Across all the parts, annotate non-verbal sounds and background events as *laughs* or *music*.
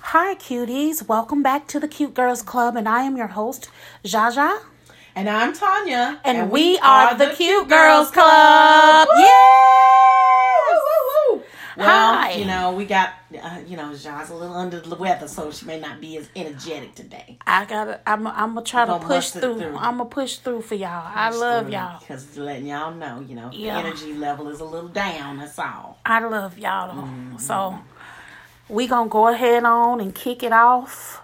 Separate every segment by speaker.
Speaker 1: Hi, cuties. Welcome back to the Cute Girls Club, and I am your host, Jaja.
Speaker 2: And I'm Tanya.
Speaker 1: And, we, are, the Cute, Girls Club.
Speaker 2: Woo!
Speaker 1: Yes!
Speaker 2: Woo, woo, woo. Well,
Speaker 1: Hi.
Speaker 2: you know, we got, uh, you know, Ja's a little under the weather, so she may not be as energetic today.
Speaker 1: I gotta. I'm. I'm gonna try to
Speaker 2: Gonna
Speaker 1: push
Speaker 2: bust it
Speaker 1: through.
Speaker 2: through.
Speaker 1: I'm gonna push through for y'all. I love y'all.
Speaker 2: Because letting y'all know, you know,
Speaker 1: Yeah.
Speaker 2: energy level is a little down, that's all.
Speaker 1: I love y'all.
Speaker 2: Mm-hmm.
Speaker 1: So we gonna go ahead on and kick it off.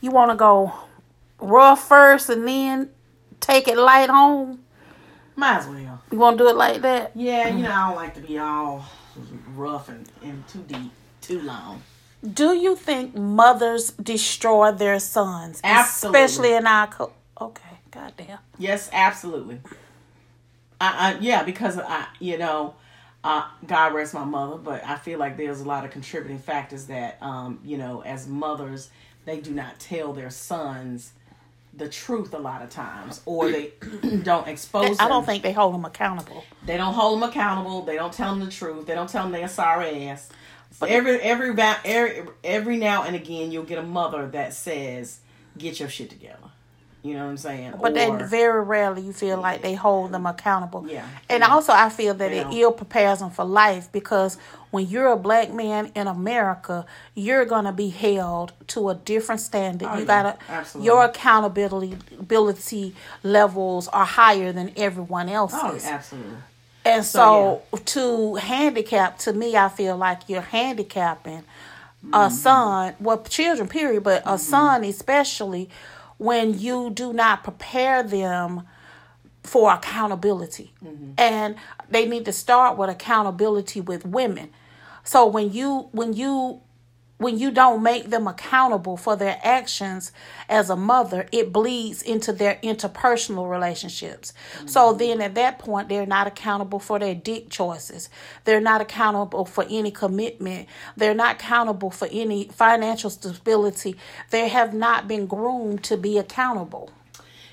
Speaker 1: You wanna go raw first, and then take it light home.
Speaker 2: Might as well.
Speaker 1: You wanna do it like that?
Speaker 2: Yeah, you know, I don't like to be all rough and, and too deep, too long.
Speaker 1: Do you think mothers destroy their sons,
Speaker 2: Absolutely.
Speaker 1: especially in our co- okay? Goddamn.
Speaker 2: Yes, absolutely. I, I yeah, because I you know, uh, God rest my mother, but I feel like there's a lot of contributing factors that um you know as mothers they do not tell their sons the truth a lot of times, or they *clears throat* don't expose.
Speaker 1: I don't
Speaker 2: them.
Speaker 1: think they hold them accountable.
Speaker 2: they don't hold them accountable. They don't tell them the truth. They don't tell them they're sorry ass. But every every va- every every now and again, you'll get a mother that says, "Get your shit together." You know what I'm saying?
Speaker 1: But then
Speaker 2: Or-
Speaker 1: very rarely you feel like they hold them accountable.
Speaker 2: Yeah.
Speaker 1: And also I feel that it
Speaker 2: Yeah.
Speaker 1: ill prepares them for life because when you're a black man in America, you're gonna be held to a different standard. you
Speaker 2: Oh, yeah.
Speaker 1: gotta
Speaker 2: Absolutely.
Speaker 1: your accountability ability levels are higher than everyone else's.
Speaker 2: Oh, absolutely.
Speaker 1: And so,
Speaker 2: So,
Speaker 1: to handicap, to me, I feel like you're handicapping a son, well, children, period, but a son especially when you do not prepare them for accountability. And they need to start with accountability with women. So when you when you when you don't make them accountable for their actions as a mother, it bleeds into their interpersonal relationships.
Speaker 2: Mm-hmm.
Speaker 1: So then at that point, they're not accountable for their dick choices. They're not accountable for any commitment. They're not accountable for any financial stability. They have not been groomed to be accountable.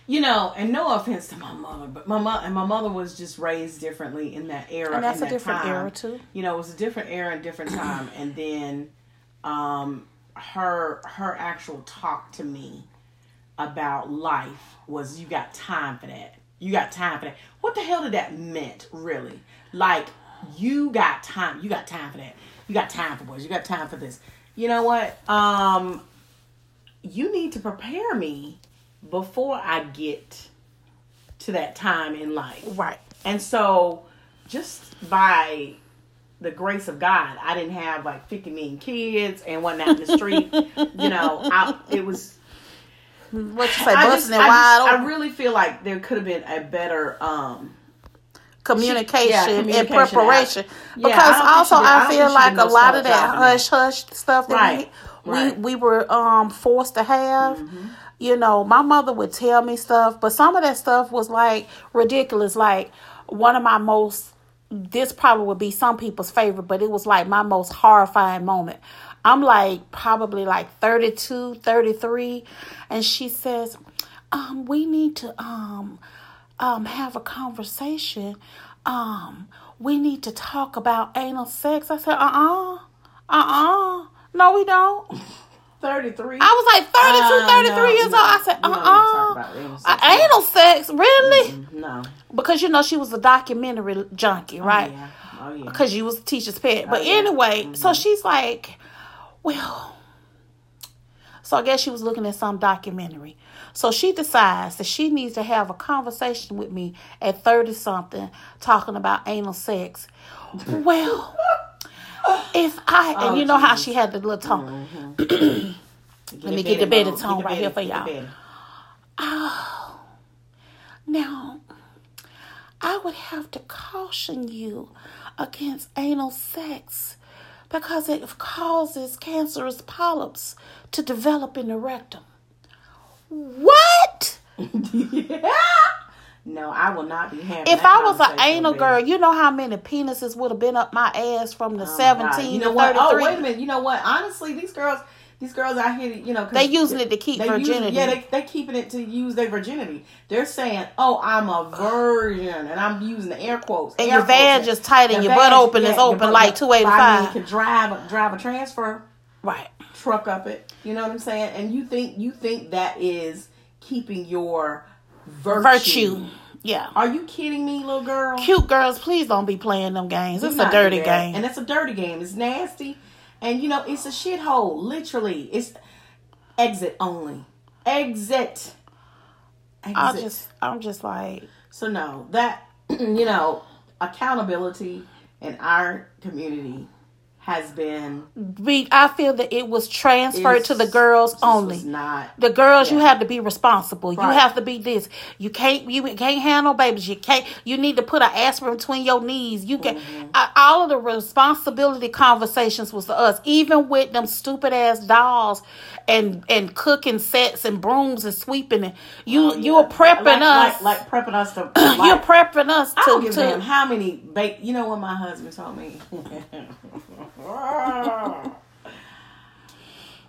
Speaker 2: You know, and no offense to my mother, but my mother and my mother was just raised differently in that era.
Speaker 1: And that's
Speaker 2: in
Speaker 1: a
Speaker 2: that
Speaker 1: different
Speaker 2: time.
Speaker 1: era, too.
Speaker 2: You know, it was a different era and different time. and then, um, her her actual talk to me about life was, "You got time for that? You got time for that? What the hell did that meant, really? Like, you got time? You got time for that? You got time for boys? You got time for this? You know what? Um, you need to prepare me before I get to that time in life.
Speaker 1: Right.
Speaker 2: And so, just by the grace of God, I didn't have like 50 million kids and whatnot in the street. you know, I, it was.
Speaker 1: What you say,
Speaker 2: I,
Speaker 1: busting
Speaker 2: just, I,
Speaker 1: it wide
Speaker 2: just- I
Speaker 1: open.
Speaker 2: really feel like there could have been a better. um
Speaker 1: communication,
Speaker 2: Yeah,
Speaker 1: and
Speaker 2: communication
Speaker 1: preparation.
Speaker 2: out. Yeah, I
Speaker 1: because
Speaker 2: don't think
Speaker 1: also
Speaker 2: she did-
Speaker 1: I,
Speaker 2: I don't
Speaker 1: feel
Speaker 2: think she
Speaker 1: like
Speaker 2: did
Speaker 1: a
Speaker 2: no
Speaker 1: lot of
Speaker 2: slow
Speaker 1: that
Speaker 2: job in that.
Speaker 1: hush hush stuff that
Speaker 2: Right,
Speaker 1: we,
Speaker 2: right.
Speaker 1: we we were um forced to have. You know, my mother would tell me stuff, but some of that stuff was like ridiculous. Like one of my most this probably would be some people's favorite, but it was like my most horrifying moment. I'm like probably like 32, 33 and she says, "Um we need to um um, have a conversation. Um, we need to talk about anal sex. I said, uh uh-uh, uh, No, we don't.
Speaker 2: 33.
Speaker 1: I was like 32,
Speaker 2: Uh,
Speaker 1: 33
Speaker 2: no,
Speaker 1: years
Speaker 2: no.
Speaker 1: old. I said,
Speaker 2: We
Speaker 1: uh
Speaker 2: don't even talk about anal
Speaker 1: uh-uh.
Speaker 2: sex.
Speaker 1: Uh, Anal sex, really?
Speaker 2: no.
Speaker 1: Because, you know, she was a documentary junkie, right?
Speaker 2: Yeah. Oh, yeah.
Speaker 1: because you was a teacher's pet. But
Speaker 2: Oh, yeah. Mm-hmm.
Speaker 1: anyway, so she's like, well, so I guess she was looking at some documentary. So she decides that she needs to have a conversation with me at 30 something talking about anal sex. Well, if I,
Speaker 2: Oh,
Speaker 1: and you know how she had the little tongue. *clears throat* Let me get the better
Speaker 2: mom.
Speaker 1: tone
Speaker 2: Mm-hmm. Get the
Speaker 1: right here for
Speaker 2: get the
Speaker 1: y'all.
Speaker 2: better.
Speaker 1: Now, I would have to caution you against anal sex because it causes cancerous polyps to develop in the rectum. What?
Speaker 2: No, I will not be having
Speaker 1: If
Speaker 2: that
Speaker 1: I was an
Speaker 2: conversation,
Speaker 1: anal
Speaker 2: baby.
Speaker 1: girl, you know how many penises would have been up my ass from the
Speaker 2: Oh God.
Speaker 1: 17
Speaker 2: You know
Speaker 1: to
Speaker 2: what?
Speaker 1: 33.
Speaker 2: Oh, wait a minute. You know what? Honestly, these girls, these girls out here, you know, 'cause
Speaker 1: They using it to keep
Speaker 2: they use-
Speaker 1: virginity.
Speaker 2: yeah, they they keeping it to use their virginity. They're saying, "Oh, I'm a virgin," and I'm using the air quotes.
Speaker 1: And
Speaker 2: air
Speaker 1: your van
Speaker 2: quotes.
Speaker 1: just tight and
Speaker 2: The
Speaker 1: your butt
Speaker 2: van-
Speaker 1: open is
Speaker 2: your
Speaker 1: open
Speaker 2: butt-
Speaker 1: like
Speaker 2: but I mean,
Speaker 1: 285.
Speaker 2: Can drive a- drive a transfer.
Speaker 1: Right.
Speaker 2: truck up it. You know what I'm saying? And you think you think that is keeping your virtue.
Speaker 1: Virtue. Yeah.
Speaker 2: Are you kidding me, little girl?
Speaker 1: Cute girls, please don't be playing them games. It's
Speaker 2: Not
Speaker 1: a
Speaker 2: do
Speaker 1: dirty
Speaker 2: that.
Speaker 1: game.
Speaker 2: And it's a dirty game. It's nasty. And you know, it's a shithole. Literally. It's exit only. Exit. Exit.
Speaker 1: I just, I'm just like,
Speaker 2: So no, that *clears throat* you know, accountability in our community has been
Speaker 1: be, I feel that it was transferred to the girls
Speaker 2: this
Speaker 1: only.
Speaker 2: was not
Speaker 1: the girls, you have to be responsible.
Speaker 2: Right.
Speaker 1: You have to be this. You can't. You can't handle babies. You can't. You need to put an aspirin between your knees. You can.
Speaker 2: Mm-hmm.
Speaker 1: I, all of the responsibility conversations was to us, even with them stupid ass dolls, and and cooking sets and brooms and sweeping. And you you were prepping
Speaker 2: like,
Speaker 1: us.
Speaker 2: Oh, like, like prepping us to
Speaker 1: *clears throat* you're
Speaker 2: like,
Speaker 1: prepping us
Speaker 2: I don't
Speaker 1: to
Speaker 2: give a damn
Speaker 1: to.
Speaker 2: how many ba- you know what my husband told me. *laughs*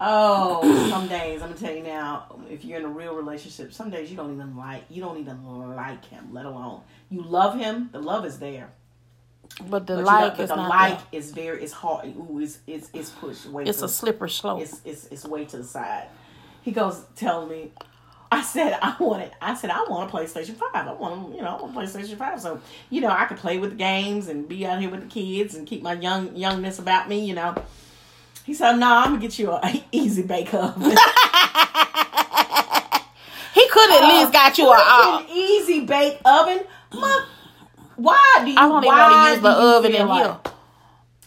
Speaker 2: oh, some days I'm gonna tell you now. If you're in a real relationship, some days you don't even like you don't even like him, let alone you love him. The love is there,
Speaker 1: But the
Speaker 2: but you don't-
Speaker 1: like
Speaker 2: but
Speaker 1: is
Speaker 2: the
Speaker 1: not.
Speaker 2: like
Speaker 1: there.
Speaker 2: is very it's hard. Ooh, it's it's it's pushed way.
Speaker 1: It's
Speaker 2: to
Speaker 1: a slippery slope.
Speaker 2: it's, it's it's way to the side. He goes, tell me. I said I wanted. I said I want a PlayStation Five. I want, you know, I want a PlayStation Five. So you know, I could play with the games and be out here with the kids and keep my young youngness about me. You know. He said, "No, I'm gonna get you an easy
Speaker 1: *laughs*
Speaker 2: bake oven. *laughs*
Speaker 1: He could at
Speaker 2: Oh.
Speaker 1: least got you a.
Speaker 2: an
Speaker 1: Uh,
Speaker 2: easy bake oven. Mu- why do you?
Speaker 1: I don't even want
Speaker 2: why
Speaker 1: to use the
Speaker 2: do you
Speaker 1: oven
Speaker 2: feel
Speaker 1: in
Speaker 2: like-
Speaker 1: here.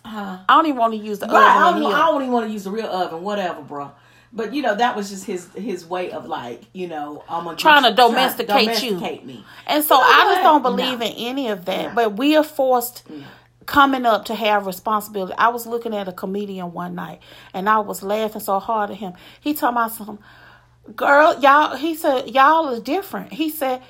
Speaker 1: I don't even want to use the
Speaker 2: Right. I
Speaker 1: oven
Speaker 2: don't,
Speaker 1: in here.
Speaker 2: I don't even want to use the real oven, whatever, bro. But you know, that was just his his way of like, you know, I'm gonna
Speaker 1: Trying
Speaker 2: get
Speaker 1: to
Speaker 2: you-
Speaker 1: domesticate you.
Speaker 2: domesticate me.
Speaker 1: And so
Speaker 2: You know
Speaker 1: I
Speaker 2: what?
Speaker 1: just don't believe
Speaker 2: No.
Speaker 1: in any of that.
Speaker 2: No.
Speaker 1: But we are forced coming up to have responsibility. I was looking at a comedian one night and I was laughing so hard at him. He told me something, girl, y'all he said, Y'all is different. He said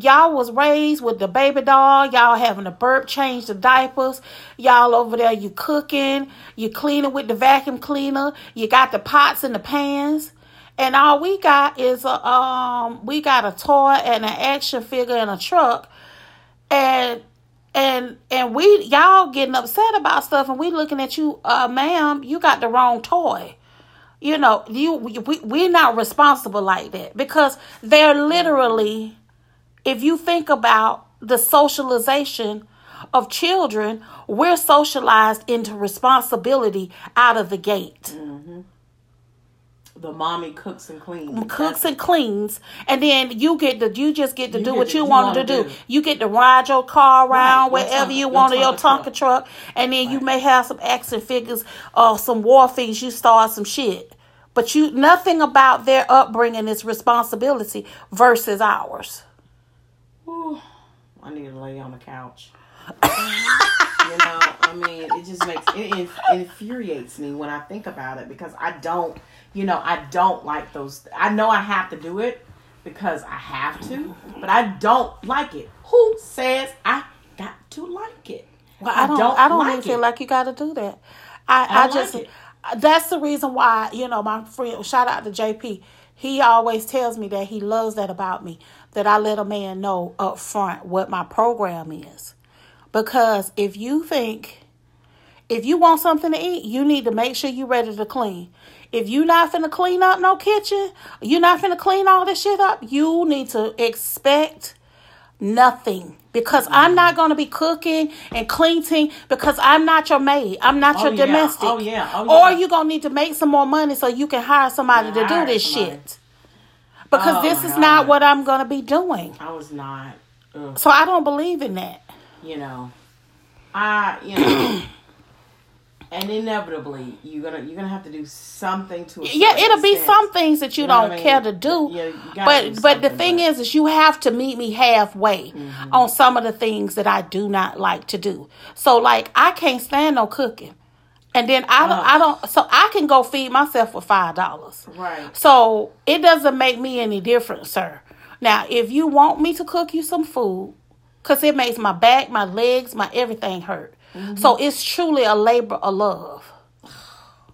Speaker 1: Y'all was raised with the baby doll. Y'all having to burp, change the diapers. Y'all over there, you cooking, you cleaning with the vacuum cleaner. You got the pots and the pans and all we got is a um we got a toy and an action figure and a truck and and and we y'all getting upset about stuff and we looking at you uh ma'am you got the wrong toy you know you we, we- we're not responsible like that because they're literally if you think about the socialization of children we're socialized into responsibility out of the gate
Speaker 2: The mommy cooks and cleans.
Speaker 1: cooks and cleans, and then you get to you just get to do
Speaker 2: get
Speaker 1: what
Speaker 2: to
Speaker 1: you
Speaker 2: do
Speaker 1: want to
Speaker 2: what you
Speaker 1: do.
Speaker 2: do.
Speaker 1: You get to ride your car around
Speaker 2: Right, your
Speaker 1: wherever
Speaker 2: Tonka-
Speaker 1: you
Speaker 2: your
Speaker 1: want in your
Speaker 2: Tonka
Speaker 1: Tonka
Speaker 2: truck.
Speaker 1: truck. and then you may have some action figures or some war things. You start some shit, but you nothing about their upbringing is responsibility versus ours.
Speaker 2: Ooh, I need to lay on
Speaker 1: *laughs*
Speaker 2: the couch. you know, I mean, it just makes it inf- infuriates me when I think about it because I don't, you know, I don't like those. I know I have to do it because I have to, but I don't like it. Who says I got to like it? Well,
Speaker 1: I don't. I don't even
Speaker 2: like
Speaker 1: feel
Speaker 2: it.
Speaker 1: like you got to do that. I, I,
Speaker 2: don't
Speaker 1: just.
Speaker 2: like it.
Speaker 1: That's the reason why you know my friend. Shout out to JP. He always tells me that he loves that about me. That I let a man know up front what my program is, because if you think. If you want something to eat, you need to make sure you're ready to clean. If you're not finna clean up no kitchen, you're not finna clean all this shit up, you need to expect nothing. Because I'm not gonna be cooking and cleaning because I'm not your maid. I'm not your
Speaker 2: yeah.
Speaker 1: domestic.
Speaker 2: Oh, yeah. Oh,
Speaker 1: Or
Speaker 2: yeah.
Speaker 1: you gonna need to make some more money so you can hire somebody to do
Speaker 2: Hire
Speaker 1: this
Speaker 2: somebody.
Speaker 1: shit. Because
Speaker 2: Oh,
Speaker 1: this
Speaker 2: my
Speaker 1: is not
Speaker 2: God.
Speaker 1: what I'm gonna be doing.
Speaker 2: I was not. Ugh,
Speaker 1: So I don't believe in that.
Speaker 2: you know, I
Speaker 1: *clears throat*
Speaker 2: you know. And inevitably, you're gonna you're gonna have to do something to. A
Speaker 1: yeah,
Speaker 2: certain
Speaker 1: it'll be
Speaker 2: extent.
Speaker 1: some things that you,
Speaker 2: know
Speaker 1: don't
Speaker 2: what I mean?
Speaker 1: care to do.
Speaker 2: Yeah, you gotta do
Speaker 1: but but the
Speaker 2: something, Mm-hmm.
Speaker 1: thing
Speaker 2: but-
Speaker 1: is, is you have to meet me halfway on some of the things that I do not like to do. So like I can't stand no cooking, and then I don't
Speaker 2: Uh-huh.
Speaker 1: I don't so I can go feed myself with five dollars.
Speaker 2: Right.
Speaker 1: So it doesn't make me any different, sir. Now if you want me to cook you some food, cause it makes my back, my legs, my
Speaker 2: Mm-hmm.
Speaker 1: everything hurt. So it's truly a labor of love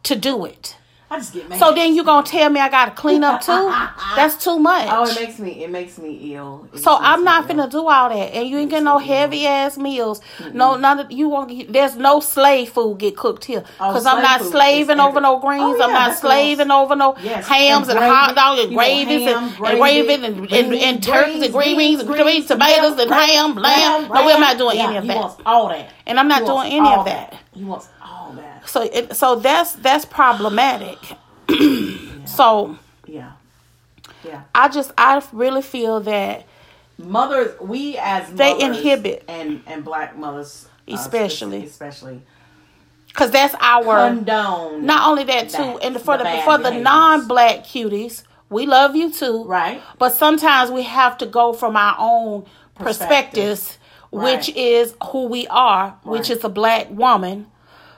Speaker 1: to do it.
Speaker 2: I just get mad.
Speaker 1: So then you gonna tell me I gotta clean up
Speaker 2: *laughs*
Speaker 1: too? That's too much.
Speaker 2: oh, it makes me it makes me ill. It
Speaker 1: so
Speaker 2: makes me
Speaker 1: I'm not
Speaker 2: ill.
Speaker 1: finna do all that, and you ain't getting no heavy ass meals. No, none of you won't. get- There's no slave food get cooked here
Speaker 2: Oh,
Speaker 1: because I'm
Speaker 2: slave
Speaker 1: not
Speaker 2: food is
Speaker 1: slaving over
Speaker 2: every-
Speaker 1: no greens.
Speaker 2: Oh, yeah,
Speaker 1: I'm not
Speaker 2: that's what I was-
Speaker 1: slaving over no
Speaker 2: Yes,
Speaker 1: hams and,
Speaker 2: and
Speaker 1: hot
Speaker 2: gravy.
Speaker 1: dog and
Speaker 2: You want
Speaker 1: gravies
Speaker 2: ham,
Speaker 1: and, and
Speaker 2: gravy,
Speaker 1: gravy and, and, and
Speaker 2: beans,
Speaker 1: turkeys and green beans
Speaker 2: greens,
Speaker 1: and
Speaker 2: greens,
Speaker 1: green
Speaker 2: greens,
Speaker 1: tomatoes and
Speaker 2: lamb,
Speaker 1: ham,
Speaker 2: Lamb,
Speaker 1: lamb. No, we're not
Speaker 2: lamb.
Speaker 1: doing
Speaker 2: Yeah,
Speaker 1: any of
Speaker 2: he
Speaker 1: that.
Speaker 2: wants all that.
Speaker 1: And I'm not
Speaker 2: He
Speaker 1: doing
Speaker 2: wants
Speaker 1: any of
Speaker 2: all
Speaker 1: that.
Speaker 2: He wants all that.
Speaker 1: So it, so that's that's problematic. *clears throat* So
Speaker 2: Yeah. Yeah.
Speaker 1: I just I really feel that
Speaker 2: mothers we as
Speaker 1: They
Speaker 2: mothers
Speaker 1: inhibit.
Speaker 2: and and black mothers uh,
Speaker 1: Especially.
Speaker 2: speci- especially
Speaker 1: because that's our
Speaker 2: condone
Speaker 1: Not only that too,
Speaker 2: That-
Speaker 1: and for the,
Speaker 2: the bad
Speaker 1: for the
Speaker 2: behaviors.
Speaker 1: non-black cuties, we love you too.
Speaker 2: Right.
Speaker 1: But sometimes we have to go from our own perspectives,
Speaker 2: Perspectives.
Speaker 1: which
Speaker 2: Right.
Speaker 1: is who we are, which
Speaker 2: Right.
Speaker 1: is a black woman.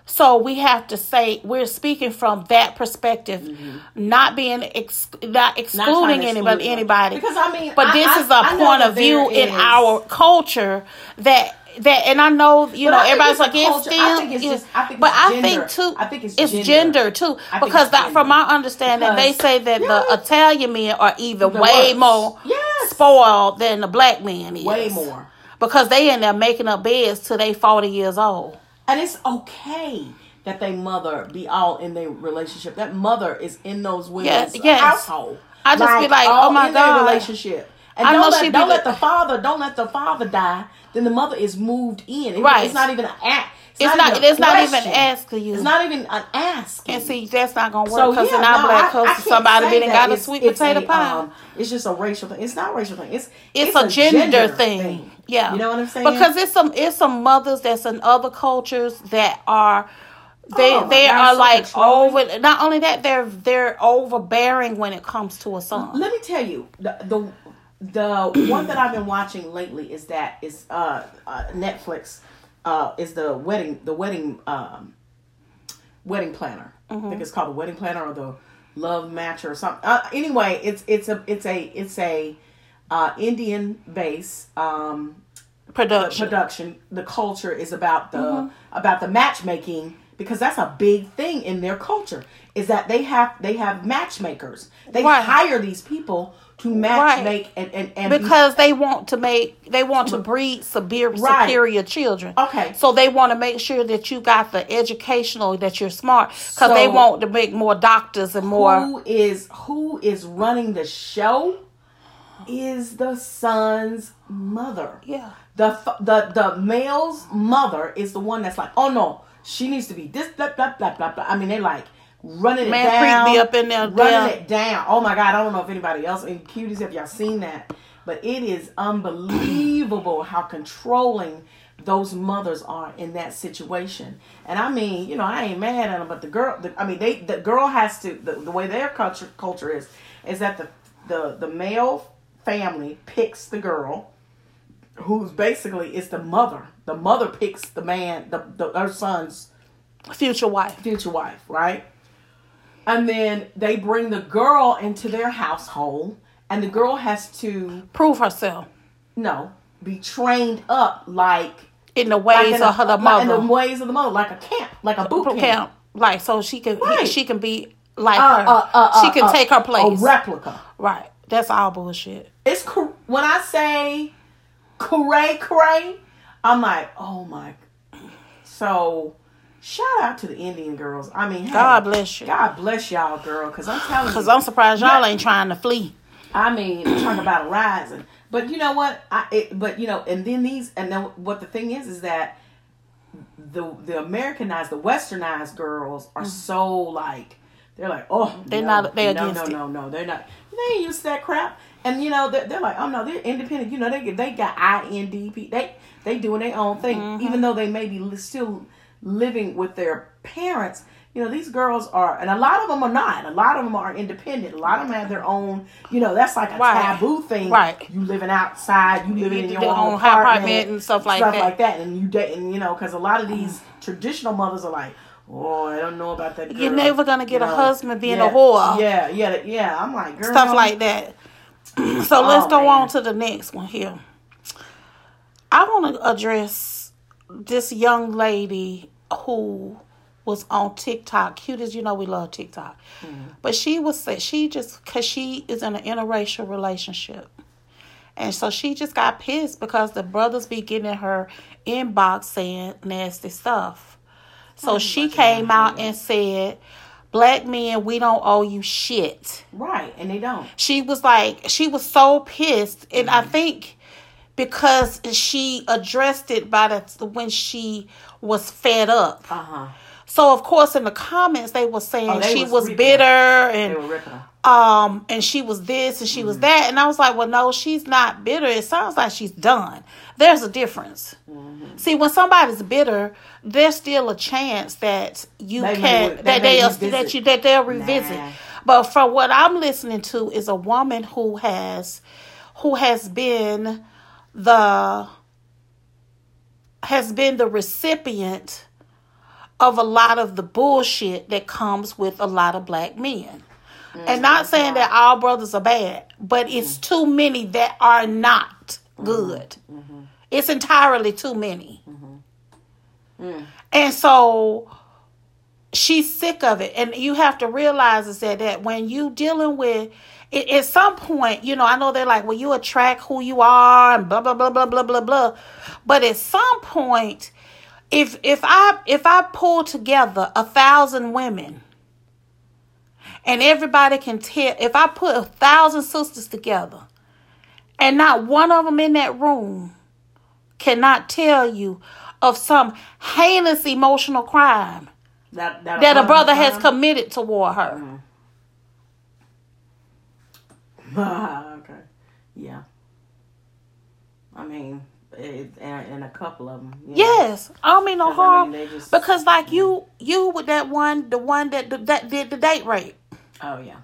Speaker 1: So we have to say we're speaking from that perspective, not being ex- not
Speaker 2: Mm-hmm. not trying to
Speaker 1: excluding
Speaker 2: exclude
Speaker 1: anybody.
Speaker 2: them.
Speaker 1: Anybody.
Speaker 2: because I mean
Speaker 1: but
Speaker 2: I-
Speaker 1: this
Speaker 2: I-
Speaker 1: is a
Speaker 2: I know
Speaker 1: point
Speaker 2: that
Speaker 1: of view
Speaker 2: there
Speaker 1: in
Speaker 2: is-
Speaker 1: our culture that that, and I know you
Speaker 2: But
Speaker 1: know
Speaker 2: I think
Speaker 1: everybody's
Speaker 2: it's a
Speaker 1: like it's
Speaker 2: culture. I think
Speaker 1: them,
Speaker 2: it's
Speaker 1: yeah.
Speaker 2: just- I think
Speaker 1: but
Speaker 2: it's
Speaker 1: I
Speaker 2: gender.
Speaker 1: think too,
Speaker 2: I think it's
Speaker 1: it's
Speaker 2: gender.
Speaker 1: gender too,
Speaker 2: I think
Speaker 1: because
Speaker 2: it's
Speaker 1: that, from
Speaker 2: gender.
Speaker 1: my understanding, they
Speaker 2: Because-
Speaker 1: say that the
Speaker 2: Yeah.
Speaker 1: Italian men are even
Speaker 2: The
Speaker 1: way
Speaker 2: worst.
Speaker 1: more
Speaker 2: Yes.
Speaker 1: spoiled than the black man is,
Speaker 2: Way more.
Speaker 1: because they in there making up beds till they forty years old.
Speaker 2: and it's okay that they mother be all in their relationship that mother is in those women's
Speaker 1: Yeah, yes.
Speaker 2: household
Speaker 1: I just be like,
Speaker 2: all
Speaker 1: oh my
Speaker 2: in their
Speaker 1: God.
Speaker 2: relationship and
Speaker 1: I
Speaker 2: don't,
Speaker 1: know she
Speaker 2: let,
Speaker 1: be
Speaker 2: don't let
Speaker 1: the-
Speaker 2: the father don't let the father die then the mother is moved in It-
Speaker 1: Right.
Speaker 2: it's not even an act
Speaker 1: It's not-
Speaker 2: even a
Speaker 1: it's not even
Speaker 2: question.
Speaker 1: asking you.
Speaker 2: it's not even an ask
Speaker 1: And see, that's not gonna work because in our
Speaker 2: no, I-
Speaker 1: black
Speaker 2: I
Speaker 1: culture,
Speaker 2: can't
Speaker 1: somebody
Speaker 2: say
Speaker 1: been and
Speaker 2: that.
Speaker 1: got a
Speaker 2: It's-
Speaker 1: sweet
Speaker 2: it's
Speaker 1: potato
Speaker 2: a,
Speaker 1: pie.
Speaker 2: um, it's just a racial thing. It's not a racial thing. It's
Speaker 1: it's, a, gender, thing. Yeah.
Speaker 2: You know what I'm saying?
Speaker 1: Because it's some it's some mothers that's in other cultures that are they
Speaker 2: Oh, my
Speaker 1: they
Speaker 2: God,
Speaker 1: are
Speaker 2: so
Speaker 1: like
Speaker 2: controlling.
Speaker 1: over not only that they're they're overbearing when it comes to a song.
Speaker 2: let me tell you the the, the one that I've been watching lately is that is uh, uh Netflix uh is the wedding the wedding um wedding planner. I think it's called the wedding planner or the love match or something. Uh, anyway, it's it's a it's a it's a uh Indian base um
Speaker 1: Production. Mm-hmm.
Speaker 2: production the culture is about the about the matchmaking because that's a big thing in their culture is that they have they have matchmakers they
Speaker 1: Right.
Speaker 2: hire these people to matchmake make and and, and be-
Speaker 1: because they want to make they want to breed superior
Speaker 2: Right.
Speaker 1: superior children.
Speaker 2: Okay.
Speaker 1: So they want to make sure that you got the educational that you're smart cuz they
Speaker 2: So-
Speaker 1: want to make more doctors and more
Speaker 2: who is who is running the show is the son's mother
Speaker 1: Yeah.
Speaker 2: the f- the the male's mother is the one that's like oh no she needs to be this blah blah blah blah blah i mean they like running
Speaker 1: Man,
Speaker 2: it
Speaker 1: freak
Speaker 2: down
Speaker 1: be up in there, damn.
Speaker 2: running it down oh my god i don't know if anybody else in cuties if y'all seen that but it is unbelievable how controlling those mothers are in that situation and i mean you know i ain't mad at them but the girl the, i mean they the girl has to the, the way their culture culture is is that the the the male family picks the girl who's basically is the mother. The mother picks the man, the, the her son's
Speaker 1: future wife.
Speaker 2: future wife, right? And then they bring the girl into their household, and the girl has to
Speaker 1: Prove herself
Speaker 2: no be trained up like
Speaker 1: in the
Speaker 2: like
Speaker 1: ways
Speaker 2: in a-
Speaker 1: of her the
Speaker 2: like
Speaker 1: mother.
Speaker 2: in the ways of the mother, like a camp, like a boot
Speaker 1: boot
Speaker 2: camp.
Speaker 1: camp, like so she can he-
Speaker 2: Right.
Speaker 1: she can be like
Speaker 2: Uh,
Speaker 1: her.
Speaker 2: uh, uh,
Speaker 1: she
Speaker 2: uh,
Speaker 1: can
Speaker 2: uh,
Speaker 1: take her place.
Speaker 2: A replica.
Speaker 1: right. That's all bullshit.
Speaker 2: It's cor- when I say cray cray, I'm like, oh my. So, shout out to the Indian girls. I mean, hey,
Speaker 1: God bless you.
Speaker 2: God bless y'all, girl. Because I'm telling you,
Speaker 1: Cause I'm surprised y'all ain't trying to flee.
Speaker 2: I mean, *clears throat* talk about a rising. But you know what? I it, but you know, and then these, and then what the thing is, is that the the Americanized, the Westernized girls are so like they're like, oh,
Speaker 1: They're
Speaker 2: no,
Speaker 1: Mm-hmm. not- they're
Speaker 2: no,
Speaker 1: against it.
Speaker 2: no, no, no, they're not. They ain't used to that crap. And you know, they're, they're like, oh no, they're independent. You know, they they got INDP. They they doing their own thing,
Speaker 1: Mm-hmm.
Speaker 2: even though they may be li- still living with their parents. You know, these girls are, and a lot of them are not. A lot of them are independent. A lot of them have their own. You know, that's like a
Speaker 1: Right.
Speaker 2: taboo thing.
Speaker 1: Right.
Speaker 2: You living outside. You living in
Speaker 1: do
Speaker 2: your
Speaker 1: their
Speaker 2: own
Speaker 1: own high
Speaker 2: apartment,
Speaker 1: apartment and stuff like that.
Speaker 2: like that. And you dating, you know, because a lot of these traditional mothers are like, oh, I don't know about that. Girl.
Speaker 1: You're never gonna get a
Speaker 2: know,
Speaker 1: husband being a
Speaker 2: yeah,
Speaker 1: whore.
Speaker 2: Yeah, yeah, yeah. I'm like, girl, Oh,
Speaker 1: Stuff like that. *clears throat* so let's go
Speaker 2: man.
Speaker 1: on to the next one here. I wanna address this young lady who was on TikTok. Cute as you know, we love TikTok.
Speaker 2: Mm-hmm.
Speaker 1: But she was sa- she just because she is in an interracial relationship, and so she just got pissed because the brothers be getting in her inbox saying nasty stuff.
Speaker 2: Oh,
Speaker 1: So she came out and said, "Black men, we don't owe you shit."
Speaker 2: Right, and they don't.
Speaker 1: she was like she was so pissed and
Speaker 2: Mm-hmm.
Speaker 1: i think because she addressed it by the when she was fed up
Speaker 2: Uh huh.
Speaker 1: so of course in the comments they were saying
Speaker 2: Oh, they
Speaker 1: she
Speaker 2: was
Speaker 1: was
Speaker 2: ripping.
Speaker 1: bitter
Speaker 2: They Mm-hmm. were
Speaker 1: and
Speaker 2: ripping her.
Speaker 1: um and she was this and she was that and i was like well no she's not bitter it sounds like she's done there's a difference
Speaker 2: Mm-hmm.
Speaker 1: see when somebody's bitter there's still a chance that you
Speaker 2: They may
Speaker 1: can
Speaker 2: re- they
Speaker 1: that
Speaker 2: may
Speaker 1: they'll
Speaker 2: revisit.
Speaker 1: that you that they'll revisit
Speaker 2: Nah.
Speaker 1: but from what i'm listening to is a woman who has who has been the has been the recipient of a lot of the bullshit that comes with a lot of black men. And not saying that all brothers are bad, but it's too many that are not good. It's entirely too many. And so she's sick of it. And you have to realize is that, that when you dealing with it, at some point, you know, I know they're like, well, you attract who you are and blah blah blah blah blah blah blah. But at some point, if if I if I pull together a thousand women and everybody can tell if I put a thousand sisters together and not one of them in that room cannot tell you of some heinous emotional crime
Speaker 2: That that, uh-huh.
Speaker 1: that a brother has
Speaker 2: done?
Speaker 1: committed toward
Speaker 2: Mm-hmm.
Speaker 1: her.
Speaker 2: *laughs* okay. Yeah. I mean, it, and, and a couple of them.
Speaker 1: Yes, I don't mean no
Speaker 2: Because, I
Speaker 1: harm
Speaker 2: mean, they just- Mm-hmm.
Speaker 1: because like you, you with that one, the one that that did the date rape.
Speaker 2: Oh yeah.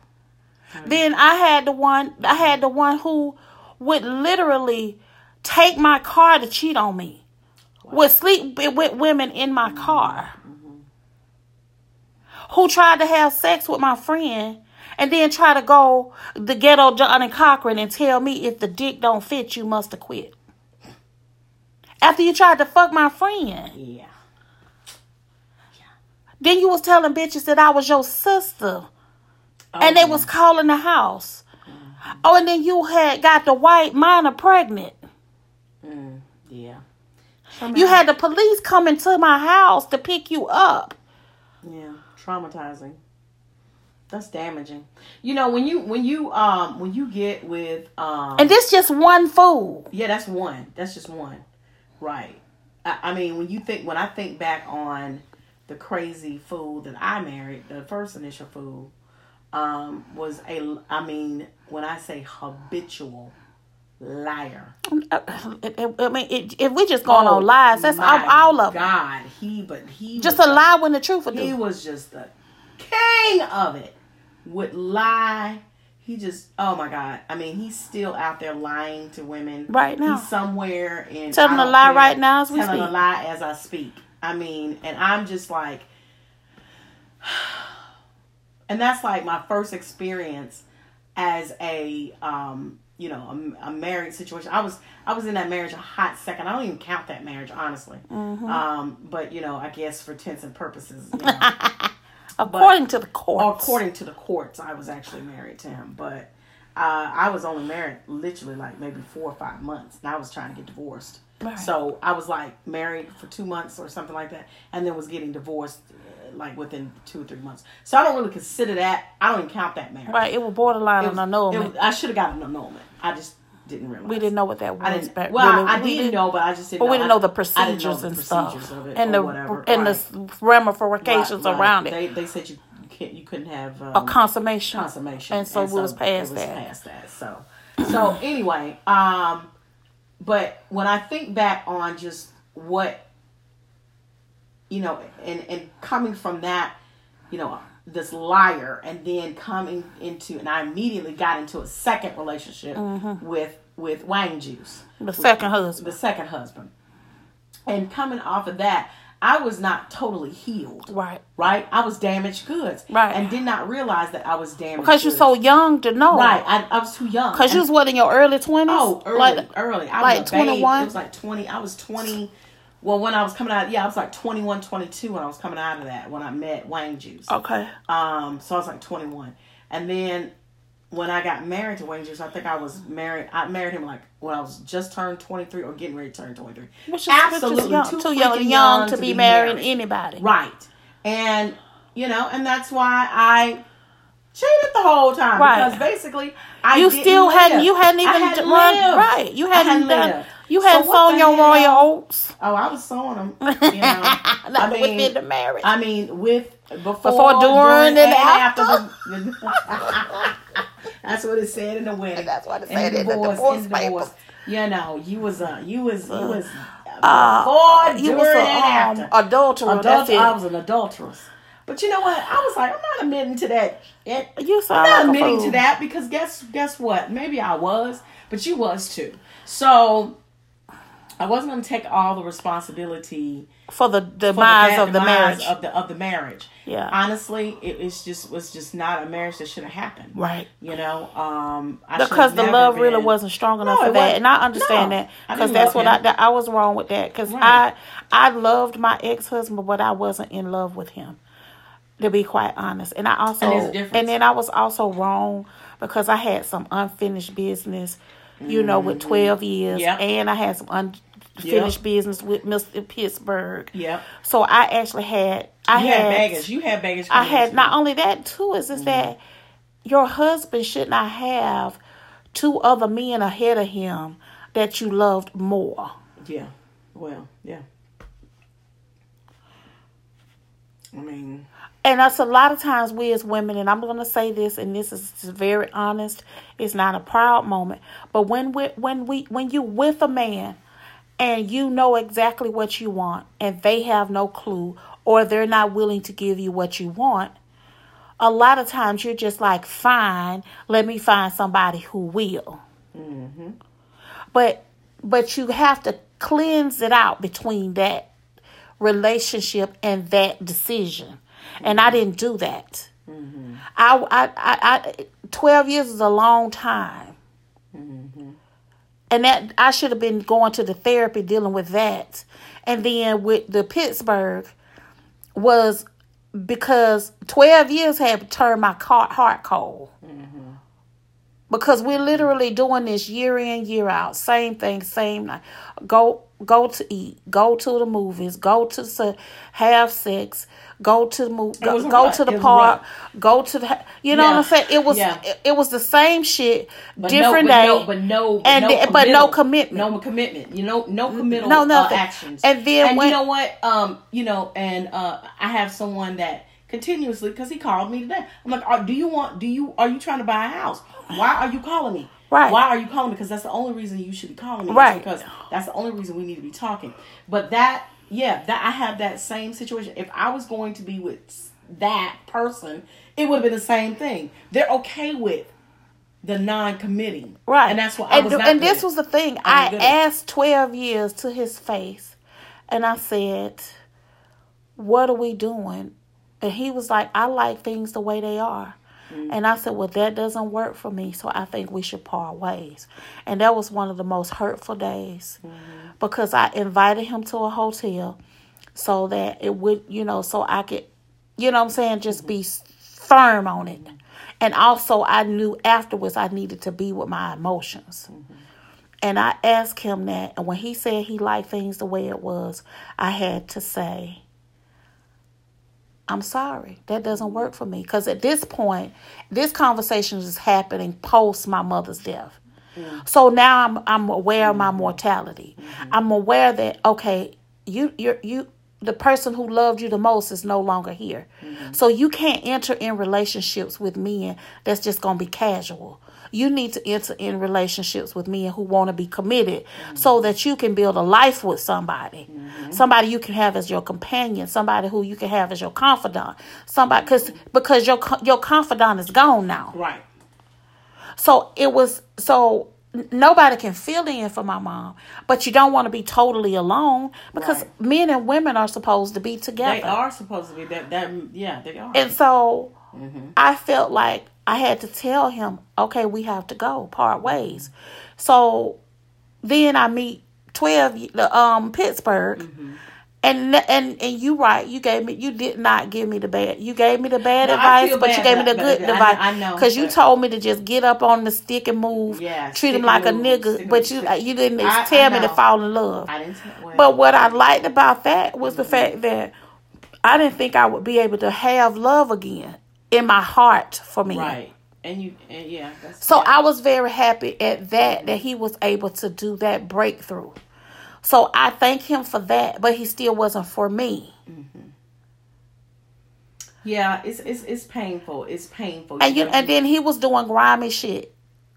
Speaker 1: Then I had the one, I had the one who would literally take my car to cheat on me, would sleep bi- with women in my car, who tried to have sex with my friend. And then try to go the ghetto Johnny Cochran and tell me if the dick don't fit, you must have quit. After you tried to fuck my friend.
Speaker 2: Yeah.
Speaker 1: Then you was telling bitches that I was your sister. and
Speaker 2: Oh,
Speaker 1: they was calling the house. Oh, and then you had got the white minor pregnant.
Speaker 2: Mm, yeah.
Speaker 1: You had the police coming to my house to pick you up.
Speaker 2: Yeah, traumatizing. That's damaging. You know when you when you um when you get with um
Speaker 1: And this just one fool.
Speaker 2: yeah that's one that's just one, right? I, I mean when you think when I think back on the crazy fool that I married, the first initial fool, um was a I mean when I say habitual liar.
Speaker 1: I mean, Uh, it, if we just going
Speaker 2: Oh,
Speaker 1: on lies, that's all,
Speaker 2: my
Speaker 1: all of them.
Speaker 2: God, he but he
Speaker 1: Just a
Speaker 2: was
Speaker 1: lie when the truth will
Speaker 2: He
Speaker 1: do.
Speaker 2: was just the king of it. Would lie. He just, oh my God. I mean, he's still out there lying to women.
Speaker 1: Right now.
Speaker 2: He's somewhere in.
Speaker 1: Telling
Speaker 2: I don't
Speaker 1: a lie
Speaker 2: care,
Speaker 1: right now as we
Speaker 2: Telling a
Speaker 1: speak.
Speaker 2: lie as I speak. I mean, and I'm just like, *sighs* and that's like my first experience as a, um, you know, a, a married situation. I was I was in that marriage a hot second. I don't even count that marriage honestly.
Speaker 1: Mm-hmm.
Speaker 2: Um, but you know, I guess for intents and purposes,
Speaker 1: *laughs*
Speaker 2: you know,
Speaker 1: According to the
Speaker 2: or
Speaker 1: court.
Speaker 2: according to the courts, I was actually married to him, but uh, I was only married literally like maybe four or five months, and I was trying to get divorced.
Speaker 1: Right.
Speaker 2: So I was like married for two months or something like that, and then was getting divorced uh, like within two or three months. So I don't really consider that. I don't even count that marriage.
Speaker 1: Right, it was borderline
Speaker 2: It was-
Speaker 1: on annulment.
Speaker 2: it was- I should have gotten an annulment. I just didn't realize.
Speaker 1: we didn't know what that was.
Speaker 2: I didn't.
Speaker 1: back-
Speaker 2: well,
Speaker 1: really,
Speaker 2: I, I
Speaker 1: we
Speaker 2: didn't know, but I just didn't.
Speaker 1: But
Speaker 2: know.
Speaker 1: we didn't
Speaker 2: I-
Speaker 1: know the
Speaker 2: I didn't
Speaker 1: procedures
Speaker 2: know the
Speaker 1: and
Speaker 2: procedures
Speaker 1: stuff,
Speaker 2: of it
Speaker 1: and
Speaker 2: or
Speaker 1: the
Speaker 2: whatever.
Speaker 1: and
Speaker 2: Right.
Speaker 1: the ramifications
Speaker 2: Right, right.
Speaker 1: around it.
Speaker 2: They, they said you you can't you couldn't have um,
Speaker 1: a consummation.
Speaker 2: consummation.
Speaker 1: And so we was past
Speaker 2: it
Speaker 1: that.
Speaker 2: past that. So so anyway, um but when I think back on just what you know, and and coming from that, you know, this liar and then coming into and I immediately got into a second relationship with with Wang Juice
Speaker 1: Mm-hmm. The second husband.
Speaker 2: the second husband. And coming off of that, I was not totally healed.
Speaker 1: Right.
Speaker 2: Right? I was damaged goods.
Speaker 1: Right.
Speaker 2: And did not realize that I was damaged
Speaker 1: Because you're
Speaker 2: goods.
Speaker 1: so young to know.
Speaker 2: Right. I, I was too young.
Speaker 1: Because you
Speaker 2: And-
Speaker 1: was what in your early twenties?
Speaker 2: Oh, early. early. I
Speaker 1: like
Speaker 2: was a babe.
Speaker 1: 21?
Speaker 2: It was like 20. I was 20. Well, when I was coming out, yeah, I was like 21, 22 when I was coming out of that when I met Wang Juice.
Speaker 1: Okay.
Speaker 2: Um, so I was like 21, and then when I got married to Wayne Juice, I think I was married. I married him like when I was just turned 23 or getting ready to turn 23.
Speaker 1: Which is absolutely too, young, too young, young, young to, be, marrying anybody.
Speaker 2: Right, and you know, and that's why I cheated the whole time
Speaker 1: Right.
Speaker 2: because basically I
Speaker 1: you
Speaker 2: didn't
Speaker 1: still hadn't.
Speaker 2: live.
Speaker 1: You hadn't
Speaker 2: I
Speaker 1: even
Speaker 2: hadn't
Speaker 1: d- run
Speaker 2: lived.
Speaker 1: right. You
Speaker 2: I
Speaker 1: hadn't, done.
Speaker 2: lived.
Speaker 1: You
Speaker 2: So
Speaker 1: hadn't
Speaker 2: what
Speaker 1: sown
Speaker 2: the
Speaker 1: your
Speaker 2: hell?
Speaker 1: royal oats.
Speaker 2: Oh, I was sewing them.
Speaker 1: *laughs*
Speaker 2: You know, I mean,
Speaker 1: within the marriage.
Speaker 2: I mean, with before,
Speaker 1: Before, during, and
Speaker 2: the- *laughs* that's what it said in the wedding.
Speaker 1: That's what it
Speaker 2: And
Speaker 1: said in the divorce papers.
Speaker 2: You know, you was uh, you was you was
Speaker 1: Uh,
Speaker 2: before,
Speaker 1: you
Speaker 2: during,
Speaker 1: was a,
Speaker 2: and
Speaker 1: um,
Speaker 2: after.
Speaker 1: adulterer. that's
Speaker 2: Adulter-
Speaker 1: it.
Speaker 2: I was an adulteress. But you know what? I was like, I'm not admitting to that. It,
Speaker 1: You sound
Speaker 2: I'm not
Speaker 1: like a
Speaker 2: admitting
Speaker 1: fool.
Speaker 2: to that because guess guess what? Maybe I was, but you was too. So I wasn't going to take all the responsibility
Speaker 1: for the
Speaker 2: for the
Speaker 1: demise
Speaker 2: bad
Speaker 1: of the
Speaker 2: demise
Speaker 1: marriage.
Speaker 2: of the of the marriage.
Speaker 1: Yeah.
Speaker 2: Honestly, it was just was just not a marriage that should have happened.
Speaker 1: Right.
Speaker 2: You know, um, I should've
Speaker 1: because the
Speaker 2: never
Speaker 1: love really
Speaker 2: been-
Speaker 1: wasn't strong enough
Speaker 2: No,
Speaker 1: for
Speaker 2: it
Speaker 1: that,
Speaker 2: wasn't.
Speaker 1: and I understand
Speaker 2: No,
Speaker 1: that
Speaker 2: I
Speaker 1: because
Speaker 2: didn't
Speaker 1: that's
Speaker 2: love
Speaker 1: what
Speaker 2: him.
Speaker 1: I that, I was wrong with that because
Speaker 2: Right.
Speaker 1: I I loved my ex husband, but I wasn't in love with him. To be quite honest, and I also
Speaker 2: And there's a difference.
Speaker 1: and then I was also wrong because I had some unfinished business, you know, with twelve years,
Speaker 2: Mm-hmm. Yep.
Speaker 1: and I had some unfinished business with Mister Pittsburgh.
Speaker 2: Yep.
Speaker 1: So I actually had I
Speaker 2: You
Speaker 1: had,
Speaker 2: had baggage. You had baggage.
Speaker 1: I had
Speaker 2: coming
Speaker 1: not only that too is is that your husband should not have two other men ahead of him that you loved more.
Speaker 2: into you. Yeah. Well. Yeah. I mean,
Speaker 1: And that's a lot of times we as women, and I'm gonna say this, and this is very honest. It's not a proud moment, but when we when we when you with a man, and you know exactly what you want, and they have no clue, or they're not willing to give you what you want, a lot of times you're just like, fine, let me find somebody who will. But but you have to cleanse it out between that relationship and that decision, and I didn't do that. I, I I I twelve years is a long time, and that I should have been going to the therapy dealing with that, and then with the Pittsburgh was because 12 years had turned my car- heart cold.
Speaker 2: Mm-hmm.
Speaker 1: Because we're literally doing this year in, year out. Same thing, same night. Go go to eat, go to the movies, go to se- have sex, go to the move,
Speaker 2: was
Speaker 1: go,
Speaker 2: a
Speaker 1: go
Speaker 2: rut.
Speaker 1: to
Speaker 2: It
Speaker 1: the
Speaker 2: was a
Speaker 1: park, go to the you know what
Speaker 2: Yeah.
Speaker 1: I'm saying? It was
Speaker 2: Yeah.
Speaker 1: it, it was the same shit,
Speaker 2: but
Speaker 1: different
Speaker 2: no, but
Speaker 1: day.
Speaker 2: no, but no,
Speaker 1: and
Speaker 2: no
Speaker 1: the- but no commitment.
Speaker 2: no commitment. You know, no committal,
Speaker 1: no
Speaker 2: no
Speaker 1: nothing.
Speaker 2: Uh, actions.
Speaker 1: And then
Speaker 2: and
Speaker 1: when-
Speaker 2: you know what? Um, you know, and uh, I have someone that continuously because he called me today. I'm like, "Are- do you want? Do you are you trying to buy a house? Why are you calling me?
Speaker 1: Right.
Speaker 2: Why are you calling me? Because that's the only reason you should be calling me. is
Speaker 1: Right.
Speaker 2: Because that's the only reason we need to be talking. But that, yeah, that I have that same situation. If I was going to be with s- that person, it would have been the same thing. They're okay with the non-committing,
Speaker 1: Right.
Speaker 2: And that's what I
Speaker 1: and,
Speaker 2: was. not
Speaker 1: and
Speaker 2: good
Speaker 1: this
Speaker 2: at.
Speaker 1: was the thing. I,
Speaker 2: I was good at it.
Speaker 1: asked 12 years to his face and I said, What are we doing? And he was like, I like things the way they are. And I said, Well, that doesn't work for me. So I think we should part ways. And that was one of the most hurtful days because I invited him to a hotel so that it would, you know, so I could, you know what I'm saying, just be s- firm on it. And also, I knew afterwards I needed to be with my emotions. And I asked him that. And when he said he liked things the way it was, I had to say, I'm sorry, that doesn't work for me. Because at this point, this conversation is happening post my mother's death. So now I'm I'm aware of my mortality. I'm aware that okay, you you you the person who loved you the most is no longer here. So you can't enter in relationships with men that's just going to be casual. You need to enter in relationships with men who want to be committed so that you can build a life with somebody.
Speaker 2: Mm-hmm.
Speaker 1: Somebody you can have as your companion, somebody who you can have as your confidant. Somebody cuz because your co- your confidant is gone now.
Speaker 2: right.
Speaker 1: So it was so n- nobody can fill in for my mom, but you don't want to be totally alone because
Speaker 2: Right.
Speaker 1: men and women are supposed to be together.
Speaker 2: They are supposed to be that. That yeah, they are.
Speaker 1: And so
Speaker 2: Mm-hmm.
Speaker 1: I felt like I had to tell him, okay, we have to go part ways. So then I meet twelve, y- the um Pittsburgh,
Speaker 2: Mm-hmm.
Speaker 1: and and and you right, you gave me, you did not give me the bad, you gave me the bad
Speaker 2: No, I
Speaker 1: advice,
Speaker 2: feel
Speaker 1: but you
Speaker 2: bad,
Speaker 1: gave me
Speaker 2: but-
Speaker 1: the good
Speaker 2: but I-
Speaker 1: advice.
Speaker 2: I know,
Speaker 1: because you
Speaker 2: but-
Speaker 1: told me to just get up on the stick and move,
Speaker 2: Yeah,
Speaker 1: treat him
Speaker 2: stick
Speaker 1: like a
Speaker 2: and move, stick
Speaker 1: nigga,
Speaker 2: and-
Speaker 1: but you
Speaker 2: stick-
Speaker 1: like, you didn't
Speaker 2: I- I
Speaker 1: tell me to
Speaker 2: know.
Speaker 1: fall in love.
Speaker 2: I didn't. tell- well,
Speaker 1: But what I liked about that was the fact that I didn't think I would be able to have love again in my heart for me.
Speaker 2: right, and you, and yeah. That's,
Speaker 1: So I was very happy at that that he was able to do that breakthrough. So I thank him for that, but he still wasn't for me.
Speaker 2: yeah, it's it's it's painful. It's painful.
Speaker 1: And you
Speaker 2: know?
Speaker 1: and then he was doing grimy shit.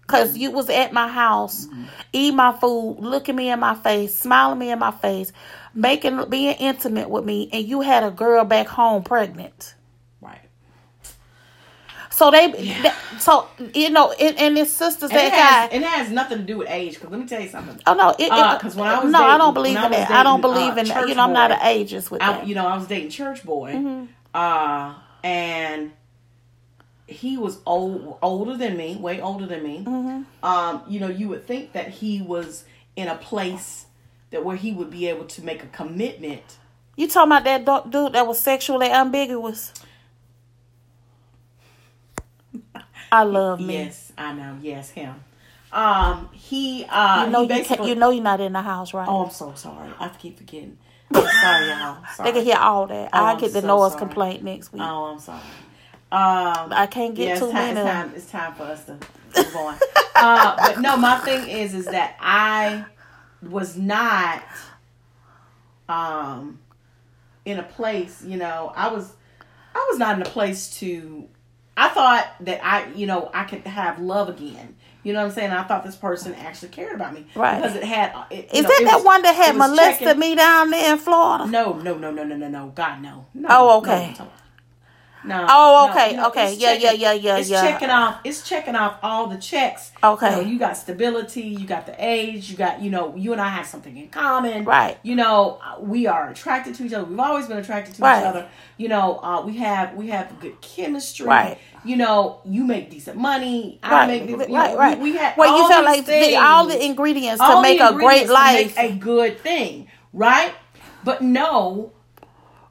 Speaker 1: Cause you was at my house, eat my food, looking me in my face, smiling me in my face, making being intimate with me, and you had a girl back home pregnant.
Speaker 2: right.
Speaker 1: So they, that- so you know, and, and his sisters
Speaker 2: And
Speaker 1: that
Speaker 2: it, has,
Speaker 1: guy.
Speaker 2: and it has nothing to do with age. Because let me tell you something.
Speaker 1: Oh no! It,
Speaker 2: Uh,
Speaker 1: it-
Speaker 2: 'cause when I was
Speaker 1: no, I don't
Speaker 2: dating-
Speaker 1: believe
Speaker 2: when I
Speaker 1: in
Speaker 2: was
Speaker 1: that. I don't
Speaker 2: dating,
Speaker 1: believe
Speaker 2: uh,
Speaker 1: in that. You
Speaker 2: church
Speaker 1: know, I'm not
Speaker 2: boy,
Speaker 1: an ageist with
Speaker 2: I,
Speaker 1: that.
Speaker 2: you know, I was dating church boy,
Speaker 1: Mm-hmm.
Speaker 2: uh, and he was old, older than me, way older than me.
Speaker 1: Mm-hmm.
Speaker 2: Um, you know, you would think that he was in a place that where he would be able to make a commitment.
Speaker 1: You talking about that du- dude that was sexually ambiguous? I love me.
Speaker 2: Yes, I know. Yes, him. Um, he, uh,
Speaker 1: You know
Speaker 2: he
Speaker 1: you, can't,
Speaker 2: basically.
Speaker 1: you know you're not in the house, right?
Speaker 2: oh, I'm so sorry. I keep forgetting. I'm sorry, y'all. Sorry.
Speaker 1: they can hear all that.
Speaker 2: Oh,
Speaker 1: I
Speaker 2: I'm
Speaker 1: get the
Speaker 2: so
Speaker 1: noise
Speaker 2: sorry.
Speaker 1: complaint next week.
Speaker 2: Oh, I'm sorry. Um,
Speaker 1: I can't get
Speaker 2: yeah,
Speaker 1: too
Speaker 2: it's time,
Speaker 1: many.
Speaker 2: it's
Speaker 1: of
Speaker 2: time. It's time for us to move on. uh, but no, my thing is, is that I was not um in a place. You know, I was, I was not in a place to. I thought that I, you know, I could have love again. You know what I'm saying? I thought this person actually cared about me,
Speaker 1: Right.
Speaker 2: Because it had. It, you
Speaker 1: Is
Speaker 2: know,
Speaker 1: that
Speaker 2: it
Speaker 1: that
Speaker 2: was-
Speaker 1: one that had
Speaker 2: it was
Speaker 1: molested
Speaker 2: checking-
Speaker 1: me down there in Florida?
Speaker 2: no, no, no, no, no, no, no. God, no. no
Speaker 1: Oh, okay.
Speaker 2: No. no,
Speaker 1: Oh,
Speaker 2: no,
Speaker 1: okay,
Speaker 2: no,
Speaker 1: okay.
Speaker 2: it's
Speaker 1: Yeah, yeah,
Speaker 2: checking-
Speaker 1: yeah, yeah,
Speaker 2: It's
Speaker 1: yeah.
Speaker 2: checking off. It's checking off all the checks.
Speaker 1: Okay.
Speaker 2: You, know, you got stability. You got the age. You got you know you and I have something in common.
Speaker 1: Right.
Speaker 2: You know we are attracted to each other. We've always been attracted to
Speaker 1: Right.
Speaker 2: each other. You know uh, we have we have good chemistry.
Speaker 1: Right.
Speaker 2: You know you make decent money. I
Speaker 1: Right,
Speaker 2: make decent. You
Speaker 1: right,
Speaker 2: know,
Speaker 1: right.
Speaker 2: We, we had
Speaker 1: well,
Speaker 2: all
Speaker 1: you felt
Speaker 2: these
Speaker 1: like the,
Speaker 2: things
Speaker 1: all the ingredients to
Speaker 2: all
Speaker 1: make
Speaker 2: the
Speaker 1: a great
Speaker 2: ingredients to
Speaker 1: life.
Speaker 2: make a good thing, right? But no,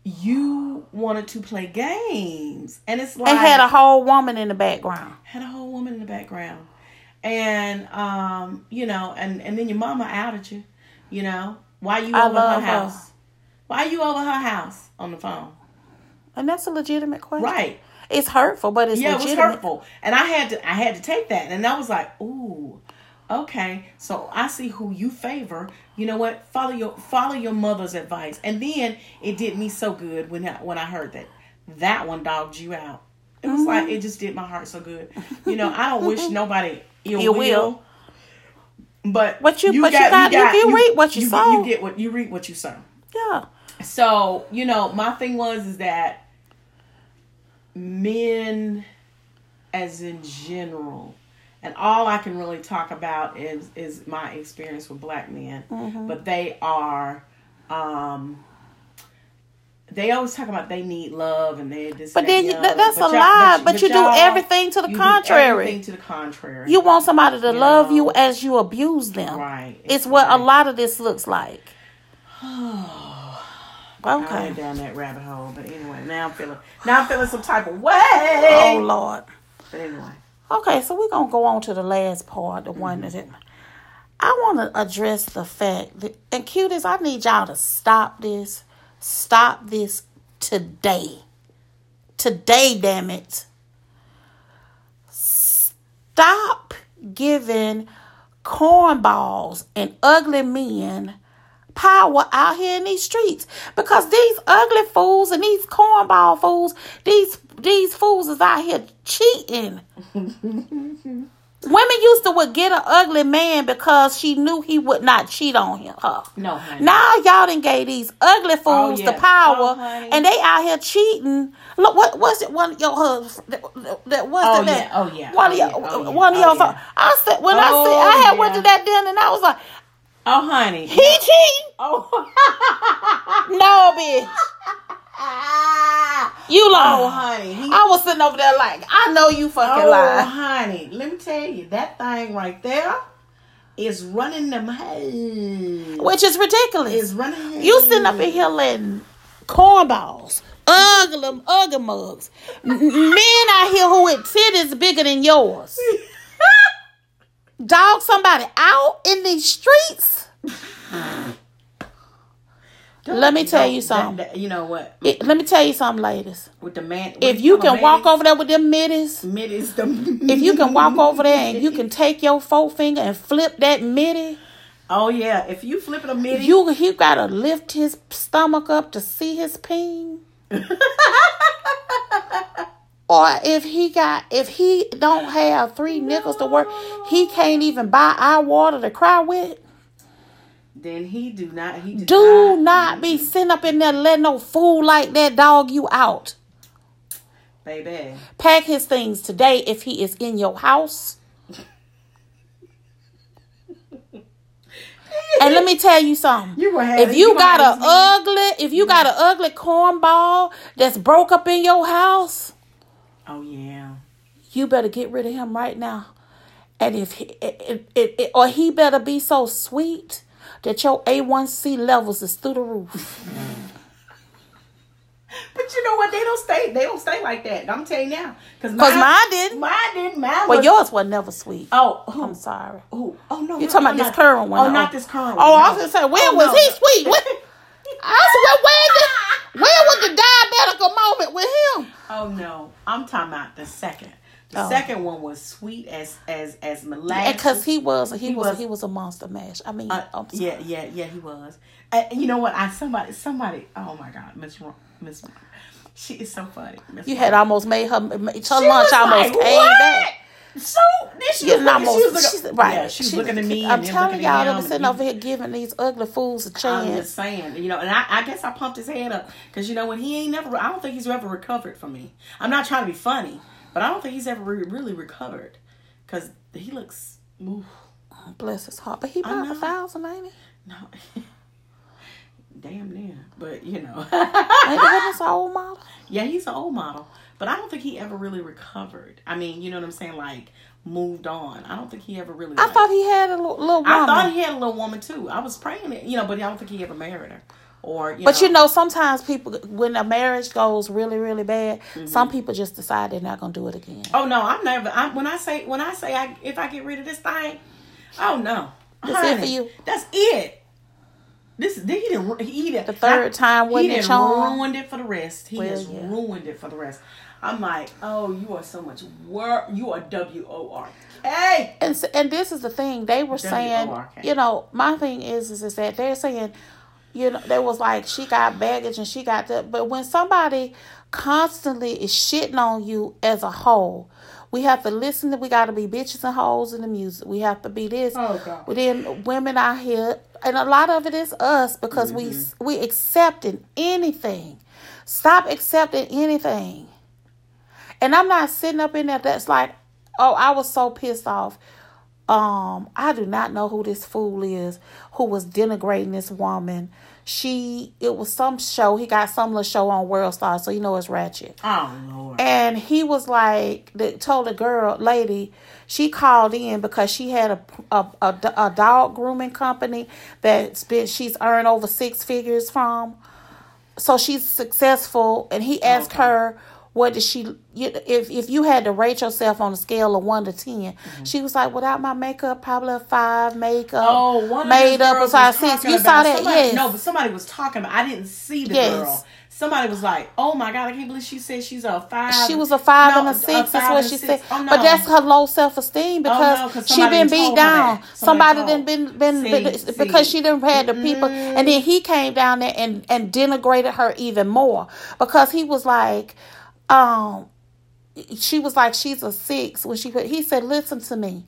Speaker 2: you wanted to play games, and it's like
Speaker 1: and had a whole woman in the background.
Speaker 2: had a whole woman in the background, and um, you know, and and then your mama out at you, you know, why you
Speaker 1: I
Speaker 2: over her
Speaker 1: love her.
Speaker 2: house? Why you over her house on the phone?
Speaker 1: And that's a legitimate question.
Speaker 2: Right?
Speaker 1: It's hurtful, but it's
Speaker 2: Yeah, it was
Speaker 1: legitimate.
Speaker 2: hurtful, and I had to I had to take that, and I was like, ooh. Okay, so I see who you favor. You know what? Follow your follow your mother's advice. And then it did me so good when I, when I heard that that one dogged you out. It was like
Speaker 1: Mm-hmm.
Speaker 2: it just did my heart so good. You know, I don't
Speaker 1: *laughs*
Speaker 2: wish nobody ill,
Speaker 1: Ill
Speaker 2: will.
Speaker 1: will.
Speaker 2: But
Speaker 1: But you- but you got- you can reap what you
Speaker 2: get-
Speaker 1: sow.
Speaker 2: You get what you reap what you sow.
Speaker 1: Yeah.
Speaker 2: So you know, my thing was is that men, as in general, and all I can really talk about is is my experience with black men,
Speaker 1: Mm-hmm.
Speaker 2: but they are. um they always talk about they need love and they this.
Speaker 1: But
Speaker 2: and that,
Speaker 1: then
Speaker 2: the
Speaker 1: you-
Speaker 2: other.
Speaker 1: that- that's a
Speaker 2: y'all-
Speaker 1: lie. But you do
Speaker 2: y'all-
Speaker 1: everything to the
Speaker 2: you do
Speaker 1: contrary.
Speaker 2: everything to the contrary.
Speaker 1: You want somebody to love
Speaker 2: know.
Speaker 1: you as you abuse them.
Speaker 2: Right.
Speaker 1: It's what a lot of this looks like.
Speaker 2: *sighs* I
Speaker 1: okay.
Speaker 2: went down that rabbit hole, but anyway, now I'm feeling now I'm feeling some type of way.
Speaker 1: Oh Lord.
Speaker 2: But anyway,
Speaker 1: Okay, so we're gonna go on to the last part, the one that I want to address the fact that, and cuties, I need y'all to stop this, stop this today, today, damn it. Stop giving cornballs and ugly men power out here in these streets because these ugly fools and these cornball fools, these these fools is out here cheating. Women used to would get an ugly man because she knew he would not cheat on him, her.
Speaker 2: no, honey.
Speaker 1: Now y'all done gave these ugly fools the
Speaker 2: yeah.
Speaker 1: power,
Speaker 2: Oh, honey.
Speaker 1: and they out here cheating. Look, what what's it? One of your husbands? That, that what's
Speaker 2: Oh,
Speaker 1: the name?
Speaker 2: yeah. Oh, yeah.
Speaker 1: One
Speaker 2: Oh,
Speaker 1: of your
Speaker 2: yeah. Oh, yeah.
Speaker 1: one of
Speaker 2: Oh,
Speaker 1: your.
Speaker 2: yeah.
Speaker 1: I said when I said
Speaker 2: Oh,
Speaker 1: I had went
Speaker 2: yeah.
Speaker 1: to that dinner, and I was like,
Speaker 2: Oh, honey.
Speaker 1: he
Speaker 2: *laughs*
Speaker 1: cheating?
Speaker 2: Oh.
Speaker 1: No, bitch, you lying.
Speaker 2: oh, honey. He,
Speaker 1: I was sitting over there like, I know you fucking
Speaker 2: oh,
Speaker 1: lie.
Speaker 2: honey. Let me tell you, that thing right there is running them hey
Speaker 1: which is ridiculous.
Speaker 2: is running
Speaker 1: You sitting up in here letting cornballs, ugly, ugly mugs, m- men out here who with titties bigger than yours, dog somebody out in these streets.
Speaker 2: Don't-
Speaker 1: Let me tell you
Speaker 2: don't-
Speaker 1: something.
Speaker 2: that- that- you know what
Speaker 1: It- let me tell you something, ladies.
Speaker 2: with the man
Speaker 1: If you can walk over there with them middies,
Speaker 2: mid is the
Speaker 1: *laughs* if you can walk over there and you can take your forefinger and flip that midi,
Speaker 2: *laughs* oh yeah if you flip it a mid
Speaker 1: you he gotta lift his stomach up to see his peen. or if he got if he don't have three nickels to work, he can't even buy eye water to cry with.
Speaker 2: then he do not he does
Speaker 1: Do not be sitting up in there letting no fool like that dog you out.
Speaker 2: baby
Speaker 1: Pack his things today if he is in your house. and let me tell you something.
Speaker 2: You gonna have-
Speaker 1: if
Speaker 2: you
Speaker 1: you Mm-hmm.
Speaker 2: gonna
Speaker 1: got
Speaker 2: have
Speaker 1: a
Speaker 2: these
Speaker 1: ugly, if you got an ugly cornball that's broke up in your house,
Speaker 2: oh yeah
Speaker 1: you better get rid of him right now. And if he, it, it, it, it- or he better be so sweet that your A1C levels is through the *laughs* roof.
Speaker 2: But you know what? They don't stay. They don't stay like that. I'm telling you now, because
Speaker 1: 'Cause mine didn't.
Speaker 2: Mine didn't. Mine
Speaker 1: Well,
Speaker 2: was.
Speaker 1: yours was never sweet.
Speaker 2: oh, who?
Speaker 1: I'm sorry.
Speaker 2: Who? Oh no.
Speaker 1: You talking about this current one?
Speaker 2: Oh, not this current one.
Speaker 1: Oh, I
Speaker 2: no.
Speaker 1: was gonna say, when
Speaker 2: Oh,
Speaker 1: was
Speaker 2: no.
Speaker 1: he sweet?
Speaker 2: *laughs*
Speaker 1: What? I said, where, where, did, where was the diabetical moment with him?
Speaker 2: Oh no. I'm talking about the second. The
Speaker 1: Oh.
Speaker 2: second one was sweet as as as molasses.
Speaker 1: Because he was, he, was,
Speaker 2: was-
Speaker 1: he was a monster mash. I mean,
Speaker 2: Uh,
Speaker 1: I'm sorry.
Speaker 2: yeah, yeah, yeah. He was. Uh, you know what? I somebody somebody. Oh my God, Miss Ro- Miss. Ro- She is so funny. Miss
Speaker 1: you
Speaker 2: Ro-
Speaker 1: had almost made her, made her
Speaker 2: She
Speaker 1: lunch
Speaker 2: was
Speaker 1: almost
Speaker 2: like,
Speaker 1: came
Speaker 2: what?
Speaker 1: back.
Speaker 2: So then
Speaker 1: She
Speaker 2: she
Speaker 1: was
Speaker 2: was, looking, she was
Speaker 1: almost,
Speaker 2: looking,
Speaker 1: she's, right.
Speaker 2: Yeah, she was
Speaker 1: She
Speaker 2: looking at me.
Speaker 1: I'm
Speaker 2: and then
Speaker 1: telling
Speaker 2: looking
Speaker 1: y'all,
Speaker 2: at
Speaker 1: they
Speaker 2: him
Speaker 1: was
Speaker 2: and
Speaker 1: sitting
Speaker 2: you-
Speaker 1: over here giving these ugly fools a
Speaker 2: I'm just
Speaker 1: chance.
Speaker 2: saying, you know, and I, I guess I pumped his head up because you know when he ain't never, I don't think he's ever recovered from me. I'm not trying to be funny, but I don't think he's ever re- really recovered because he looks. Oof,
Speaker 1: Bless his heart. But he bought
Speaker 2: know.
Speaker 1: a thousand, ain't he?
Speaker 2: no, *laughs* damn near, but you know, *laughs*
Speaker 1: Ain't he with his old model?
Speaker 2: yeah, he's an old model, but I don't think he ever really recovered. I mean, you know what I'm saying, like moved on. I don't think he ever really. *laughs*
Speaker 1: I
Speaker 2: like-
Speaker 1: thought he had a little, little woman.
Speaker 2: I thought he had a little woman too. I was praying it, you know, but I don't think he ever married her. Or you
Speaker 1: But
Speaker 2: know,
Speaker 1: you know, sometimes people, when a marriage goes really, really bad, some
Speaker 2: Mm-hmm.
Speaker 1: people just decide they're not gonna do it again.
Speaker 2: Oh no, I'm never. I'm, when I say when I say I, if I get rid of this thing, oh no,
Speaker 1: That's it for you.
Speaker 2: That's it. This he didn't. He didn't.
Speaker 1: The third time
Speaker 2: he
Speaker 1: wasn't it,
Speaker 2: didn't
Speaker 1: Sean?
Speaker 2: ruined it for the rest. He
Speaker 1: Well,
Speaker 2: has
Speaker 1: yeah.
Speaker 2: ruined it for the rest. I'm like, oh, you are so much work. You are W O R. Hey,
Speaker 1: And s- and this is the thing they were saying.
Speaker 2: W-O-R-K.
Speaker 1: You know, my thing is is, is that they're saying, you know, they was like she got baggage and she got that. But when somebody constantly is shitting on you as a whole. We have to listen. To, we got to be bitches and hoes in the music. We have to be this.
Speaker 2: Oh, God.
Speaker 1: But then women out here, and a lot of it is us because we we accepting anything. Stop accepting anything. And I'm not sitting up in there that's like, oh, I was so pissed off. Um, I do not know who this fool is who was denigrating this woman. She it was some show, he got some little show on World Star, so you know it's ratchet.
Speaker 2: oh Lord.
Speaker 1: And he was like, the, told the girl, lady, she called in because she had a, a, a, a dog grooming company that's been, she's earned over six figures from. So she's successful. And he asked her, what did she, you, if, if you had to rate yourself on a scale of one to 10,
Speaker 2: Mm-hmm.
Speaker 1: she was like, without my makeup, probably a five makeup.
Speaker 2: Oh, one
Speaker 1: made
Speaker 2: of these
Speaker 1: up
Speaker 2: girls
Speaker 1: besides
Speaker 2: was
Speaker 1: six.
Speaker 2: talking
Speaker 1: You saw
Speaker 2: about-
Speaker 1: that,
Speaker 2: Somebody,
Speaker 1: yes.
Speaker 2: No, but somebody was talking about. I didn't see the
Speaker 1: Yes.
Speaker 2: girl. Somebody was like, "Oh my God, I can't believe she said she's a five.
Speaker 1: She was a five
Speaker 2: Um, No,
Speaker 1: and a six.
Speaker 2: five
Speaker 1: That's what
Speaker 2: and
Speaker 1: she said.
Speaker 2: six. Oh, no. Oh,
Speaker 1: But that's her low self esteem because
Speaker 2: 'cause
Speaker 1: she
Speaker 2: somebody
Speaker 1: been
Speaker 2: told
Speaker 1: beat
Speaker 2: her
Speaker 1: down.
Speaker 2: that.
Speaker 1: Somebody,
Speaker 2: Somebody told
Speaker 1: done been been, been-
Speaker 2: See, Mm-hmm.
Speaker 1: because
Speaker 2: see.
Speaker 1: she done had the people, and then he came down there and and denigrated her even more because he was like, um, she was like she's a six when she put. He said, listen to me.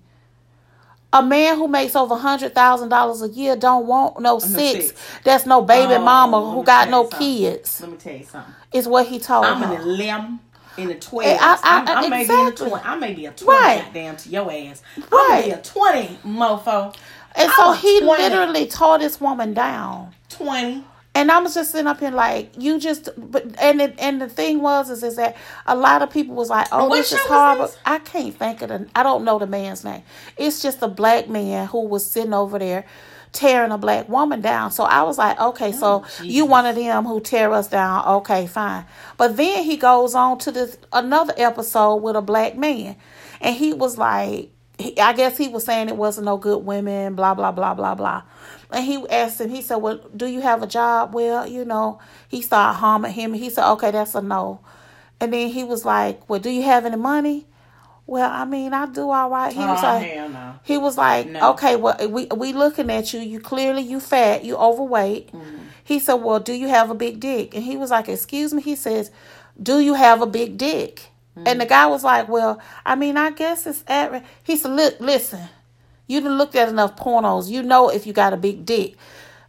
Speaker 1: A man who makes over hundred thousand dollars a year don't want no six.
Speaker 2: six.
Speaker 1: That's no baby
Speaker 2: Oh,
Speaker 1: mama
Speaker 2: let
Speaker 1: who
Speaker 2: me
Speaker 1: got no
Speaker 2: tell you something.
Speaker 1: kids.
Speaker 2: Let me tell you something.
Speaker 1: Is what he told
Speaker 2: I'm
Speaker 1: her.
Speaker 2: an limb in the
Speaker 1: Eh,
Speaker 2: twelve.
Speaker 1: I- I-
Speaker 2: I, I, may be in the
Speaker 1: exactly.
Speaker 2: twenty. I may be a twenty.
Speaker 1: Right.
Speaker 2: Goddamn to your ass. I may
Speaker 1: Right.
Speaker 2: be a twenty, mofo.
Speaker 1: And
Speaker 2: I'm
Speaker 1: so
Speaker 2: a
Speaker 1: he
Speaker 2: 20.
Speaker 1: literally tore this woman down.
Speaker 2: twenty.
Speaker 1: And I was just sitting up here like you just, but and it, and the thing was is is that a lot of people was like, oh,
Speaker 2: What
Speaker 1: this is
Speaker 2: show was
Speaker 1: horrible.
Speaker 2: this?
Speaker 1: I can't think of the, I don't know the man's name. It's just a black man who was sitting over there tearing a black woman down. So I was like, okay, so you one of them who tear us down. Okay, fine. But then he goes on to this another episode with a black man, and he was like, he, I guess he was saying it wasn't no good women, blah blah blah blah blah. And he asked him, he said, Well, do you have a job? Well, you know, he started harming him. He said, Okay, that's a no. And then he was like, Well, do you have any money? Well, I mean, I do all right. He
Speaker 2: Oh,
Speaker 1: was like,
Speaker 2: hell no.
Speaker 1: he was like,
Speaker 2: No.
Speaker 1: okay, well, we we looking at you. You clearly you fat. You overweight.
Speaker 2: Mm-hmm.
Speaker 1: He said, well, do you have a big dick? And he was like, excuse me. He says, do you have a big dick? And
Speaker 2: Mm.
Speaker 1: the guy was like, well, I mean, I guess it's at. He said, look, listen, you done looked at enough pornos. You know if you got a big dick.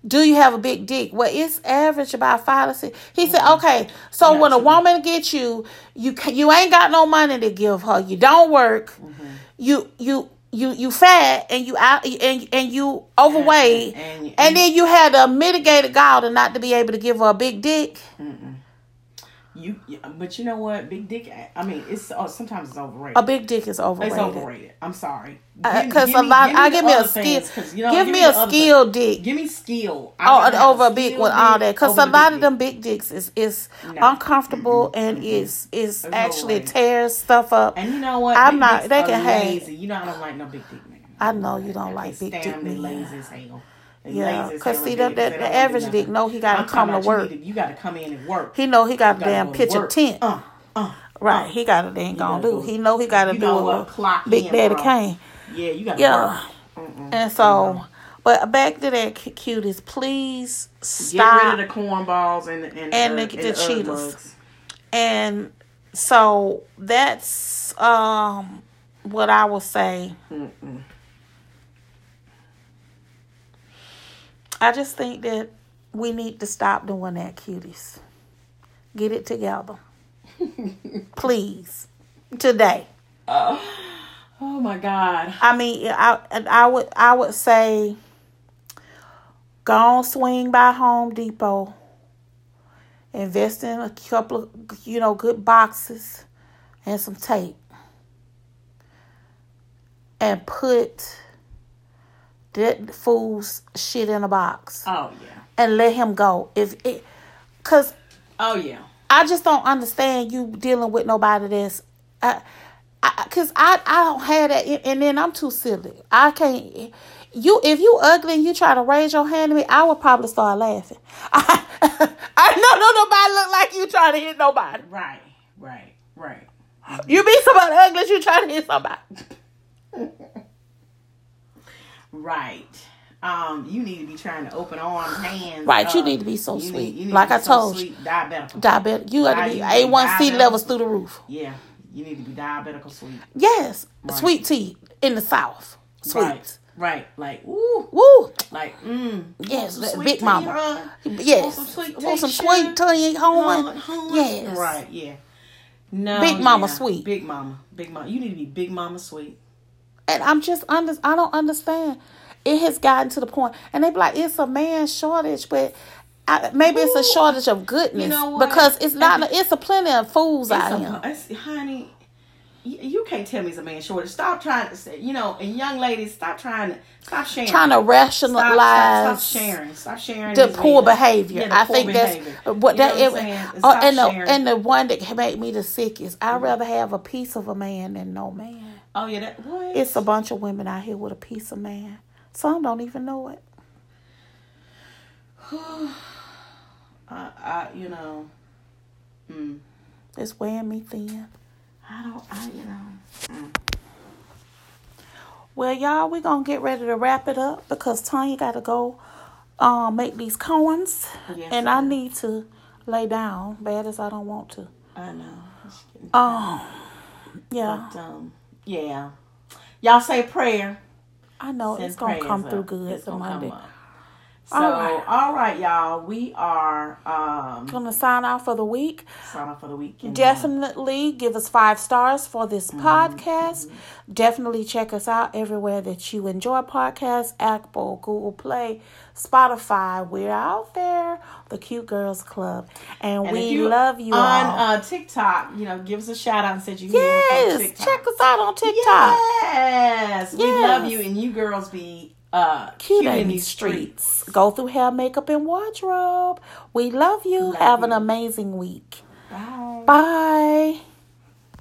Speaker 1: Do you have a big dick? Well, it's average about five to six. He said,
Speaker 2: Mm-hmm.
Speaker 1: okay, so when a woman gets you, you ca- you ain't got no money to give her. You don't work.
Speaker 2: Mm-hmm.
Speaker 1: You you you you fat and you out and and you overweight, and,
Speaker 2: And, and,
Speaker 1: then you had a mitigated gall to not to be able to give her a big dick.
Speaker 2: you, you- but you know what? Big dick. I mean, it's oh, sometimes it's overrated.
Speaker 1: A big dick is overrated.
Speaker 2: It's overrated. I'm sorry. Give-
Speaker 1: Because
Speaker 2: give
Speaker 1: a
Speaker 2: me-
Speaker 1: lot, I
Speaker 2: the
Speaker 1: give me a
Speaker 2: other
Speaker 1: skill.
Speaker 2: things, 'cause, you know,
Speaker 1: give me
Speaker 2: the
Speaker 1: a
Speaker 2: other
Speaker 1: skill
Speaker 2: thing.
Speaker 1: dick.
Speaker 2: Give me skill. I'd
Speaker 1: Oh,
Speaker 2: rather
Speaker 1: and
Speaker 2: have
Speaker 1: over a big
Speaker 2: skill
Speaker 1: one, all
Speaker 2: dick
Speaker 1: that, because
Speaker 2: over
Speaker 1: a
Speaker 2: the
Speaker 1: lot
Speaker 2: big Mm-hmm.
Speaker 1: of them big dicks is is
Speaker 2: No.
Speaker 1: uncomfortable and is is actually
Speaker 2: way.
Speaker 1: tears stuff up.
Speaker 2: And you know what?
Speaker 1: I'm
Speaker 2: Big
Speaker 1: not-
Speaker 2: dicks
Speaker 1: they
Speaker 2: are
Speaker 1: can hang.
Speaker 2: lazy. You know I don't like no big dick man.
Speaker 1: I know you don't like
Speaker 2: can't
Speaker 1: big
Speaker 2: stand
Speaker 1: dick
Speaker 2: them. They
Speaker 1: men.
Speaker 2: lazy as hell. They
Speaker 1: Yeah,
Speaker 2: lazy as
Speaker 1: cause
Speaker 2: hell
Speaker 1: see
Speaker 2: with
Speaker 1: that
Speaker 2: dicks.
Speaker 1: that
Speaker 2: They
Speaker 1: the
Speaker 2: don't do
Speaker 1: average
Speaker 2: nothing.
Speaker 1: dick, no, he gotta
Speaker 2: I'm
Speaker 1: come to
Speaker 2: talking about you
Speaker 1: work.
Speaker 2: need to- You got to come in and work.
Speaker 1: He know he got to
Speaker 2: gotta
Speaker 1: damn
Speaker 2: go to
Speaker 1: pitch a
Speaker 2: work.
Speaker 1: tent.
Speaker 2: Uh, uh,
Speaker 1: right, he got to damn gonna
Speaker 2: gotta
Speaker 1: do.
Speaker 2: go-
Speaker 1: He know he got to
Speaker 2: you
Speaker 1: do
Speaker 2: know
Speaker 1: what
Speaker 2: what? Clock
Speaker 1: Big
Speaker 2: in,
Speaker 1: Daddy
Speaker 2: bro.
Speaker 1: Kane.
Speaker 2: Yeah, you got to
Speaker 1: Yeah.
Speaker 2: work.
Speaker 1: And so, but back to that cu- cuties, please
Speaker 2: Get
Speaker 1: stop.
Speaker 2: rid of the cornballs and and
Speaker 1: And
Speaker 2: uh,
Speaker 1: the- the
Speaker 2: and Ugg
Speaker 1: Cheetos.
Speaker 2: mugs.
Speaker 1: and so that's um what I will say. I just think that we need to stop doing that, cuties. Get it together, please, today.
Speaker 2: Oh my God.
Speaker 1: I mean, I and I would I would say go on swing by Home Depot, invest in a couple of you know good boxes and some tape, and put that fool's shit in a box
Speaker 2: Oh yeah.
Speaker 1: and let him go. If it, cause
Speaker 2: Oh yeah.
Speaker 1: I just don't understand you dealing with nobody that's, I, I, cause I I don't have that, and- and then I'm too silly. I can't. You if you ugly and you try to raise your hand to me, I would probably start laughing. *laughs* I, I know no nobody look like you trying to hit nobody.
Speaker 2: Right. Right. Right.
Speaker 1: You be somebody ugly, you trying to hit somebody.
Speaker 2: Right. Um, you need to be trying to open arms, hands.
Speaker 1: Right, you
Speaker 2: uh,
Speaker 1: need to be so
Speaker 2: you
Speaker 1: sweet.
Speaker 2: need- you need
Speaker 1: Like
Speaker 2: to
Speaker 1: I
Speaker 2: be so
Speaker 1: told you.
Speaker 2: sweet, diabetical.
Speaker 1: Diabetic, you got to be A one C
Speaker 2: Diabetic.
Speaker 1: levels through the roof.
Speaker 2: yeah, you need to be diabetical sweet.
Speaker 1: Yes, sweet tea in the south. Sweet.
Speaker 2: Right, right. Like ooh,
Speaker 1: Woo.
Speaker 2: like mm.
Speaker 1: Yes,
Speaker 2: Some sweet
Speaker 1: Big
Speaker 2: tea,
Speaker 1: Mama.
Speaker 2: huh?
Speaker 1: Yes.
Speaker 2: Want some sweet
Speaker 1: Want some
Speaker 2: tea,
Speaker 1: sweet tea,
Speaker 2: Hun,
Speaker 1: hon?
Speaker 2: hun.
Speaker 1: Yes.
Speaker 2: Right. Yeah. No.
Speaker 1: Big mama
Speaker 2: yeah.
Speaker 1: sweet.
Speaker 2: Big mama. Big mama. You need to be big mama sweet.
Speaker 1: And I'm just under I don't understand. It has gotten to the point and they be like, it's a man shortage, but I, maybe it's a
Speaker 2: Ooh.
Speaker 1: shortage of goodness
Speaker 2: know what?
Speaker 1: because it's not. it's a plenty of fools out
Speaker 2: It's a-
Speaker 1: here.
Speaker 2: it's- honey, you, you can't tell me it's a man shortage. Stop trying to say, you know, and young ladies, stop trying to, stop sharing.
Speaker 1: Trying to
Speaker 2: stop,
Speaker 1: rationalize
Speaker 2: stop, stop sharing. Stop sharing.
Speaker 1: the
Speaker 2: these
Speaker 1: poor
Speaker 2: men.
Speaker 1: behavior.
Speaker 2: Yeah, the
Speaker 1: I
Speaker 2: poor
Speaker 1: think
Speaker 2: behavior.
Speaker 1: that's what
Speaker 2: You know
Speaker 1: that
Speaker 2: what I'm
Speaker 1: it-
Speaker 2: saying?
Speaker 1: oh,
Speaker 2: Stop
Speaker 1: and the
Speaker 2: sharing. Mm-hmm.
Speaker 1: and the one that made me the sickest. I'd rather have a piece of a man than no man.
Speaker 2: Oh yeah, that what?
Speaker 1: It's a bunch of women out here with a piece of man. Some don't even know it.
Speaker 2: I, I, you know, mm,
Speaker 1: It's wearing me thin.
Speaker 2: I don't, I, you know.
Speaker 1: Well, y'all, we gonna get ready to wrap it up because Tanya gotta go um make these coins.
Speaker 2: Yes,
Speaker 1: and
Speaker 2: I
Speaker 1: I
Speaker 2: do.
Speaker 1: need to lay down, bad as I don't want to.
Speaker 2: I know. It's getting-
Speaker 1: Oh yeah.
Speaker 2: But, um, yeah. Y'all say a prayer.
Speaker 1: I know
Speaker 2: Send
Speaker 1: Oh, it's gonna
Speaker 2: prayers
Speaker 1: come
Speaker 2: up.
Speaker 1: through good
Speaker 2: It's
Speaker 1: for
Speaker 2: gonna come
Speaker 1: Monday.
Speaker 2: up. So, alright you all right, y'all. We are um,
Speaker 1: Gonna sign off for the week.
Speaker 2: sign off for the weekend.
Speaker 1: Definitely give us five stars for this podcast. Definitely check us out everywhere that you enjoy podcasts Apple, Google Play, Spotify. We're out there, the Cute Girls Club. And,
Speaker 2: And
Speaker 1: we
Speaker 2: if you
Speaker 1: love you um,
Speaker 2: on
Speaker 1: all.
Speaker 2: uh, TikTok. You know, give us a shout out and said you
Speaker 1: yes,
Speaker 2: here from TikTok.
Speaker 1: check us out on TikTok.
Speaker 2: Yes, we
Speaker 1: Yes.
Speaker 2: love you, and you girls be uh,
Speaker 1: Cute, in these streets. Go through hair, makeup, and wardrobe. We love you.
Speaker 2: Love
Speaker 1: Have an
Speaker 2: you.
Speaker 1: amazing week.
Speaker 2: Bye.
Speaker 1: Bye.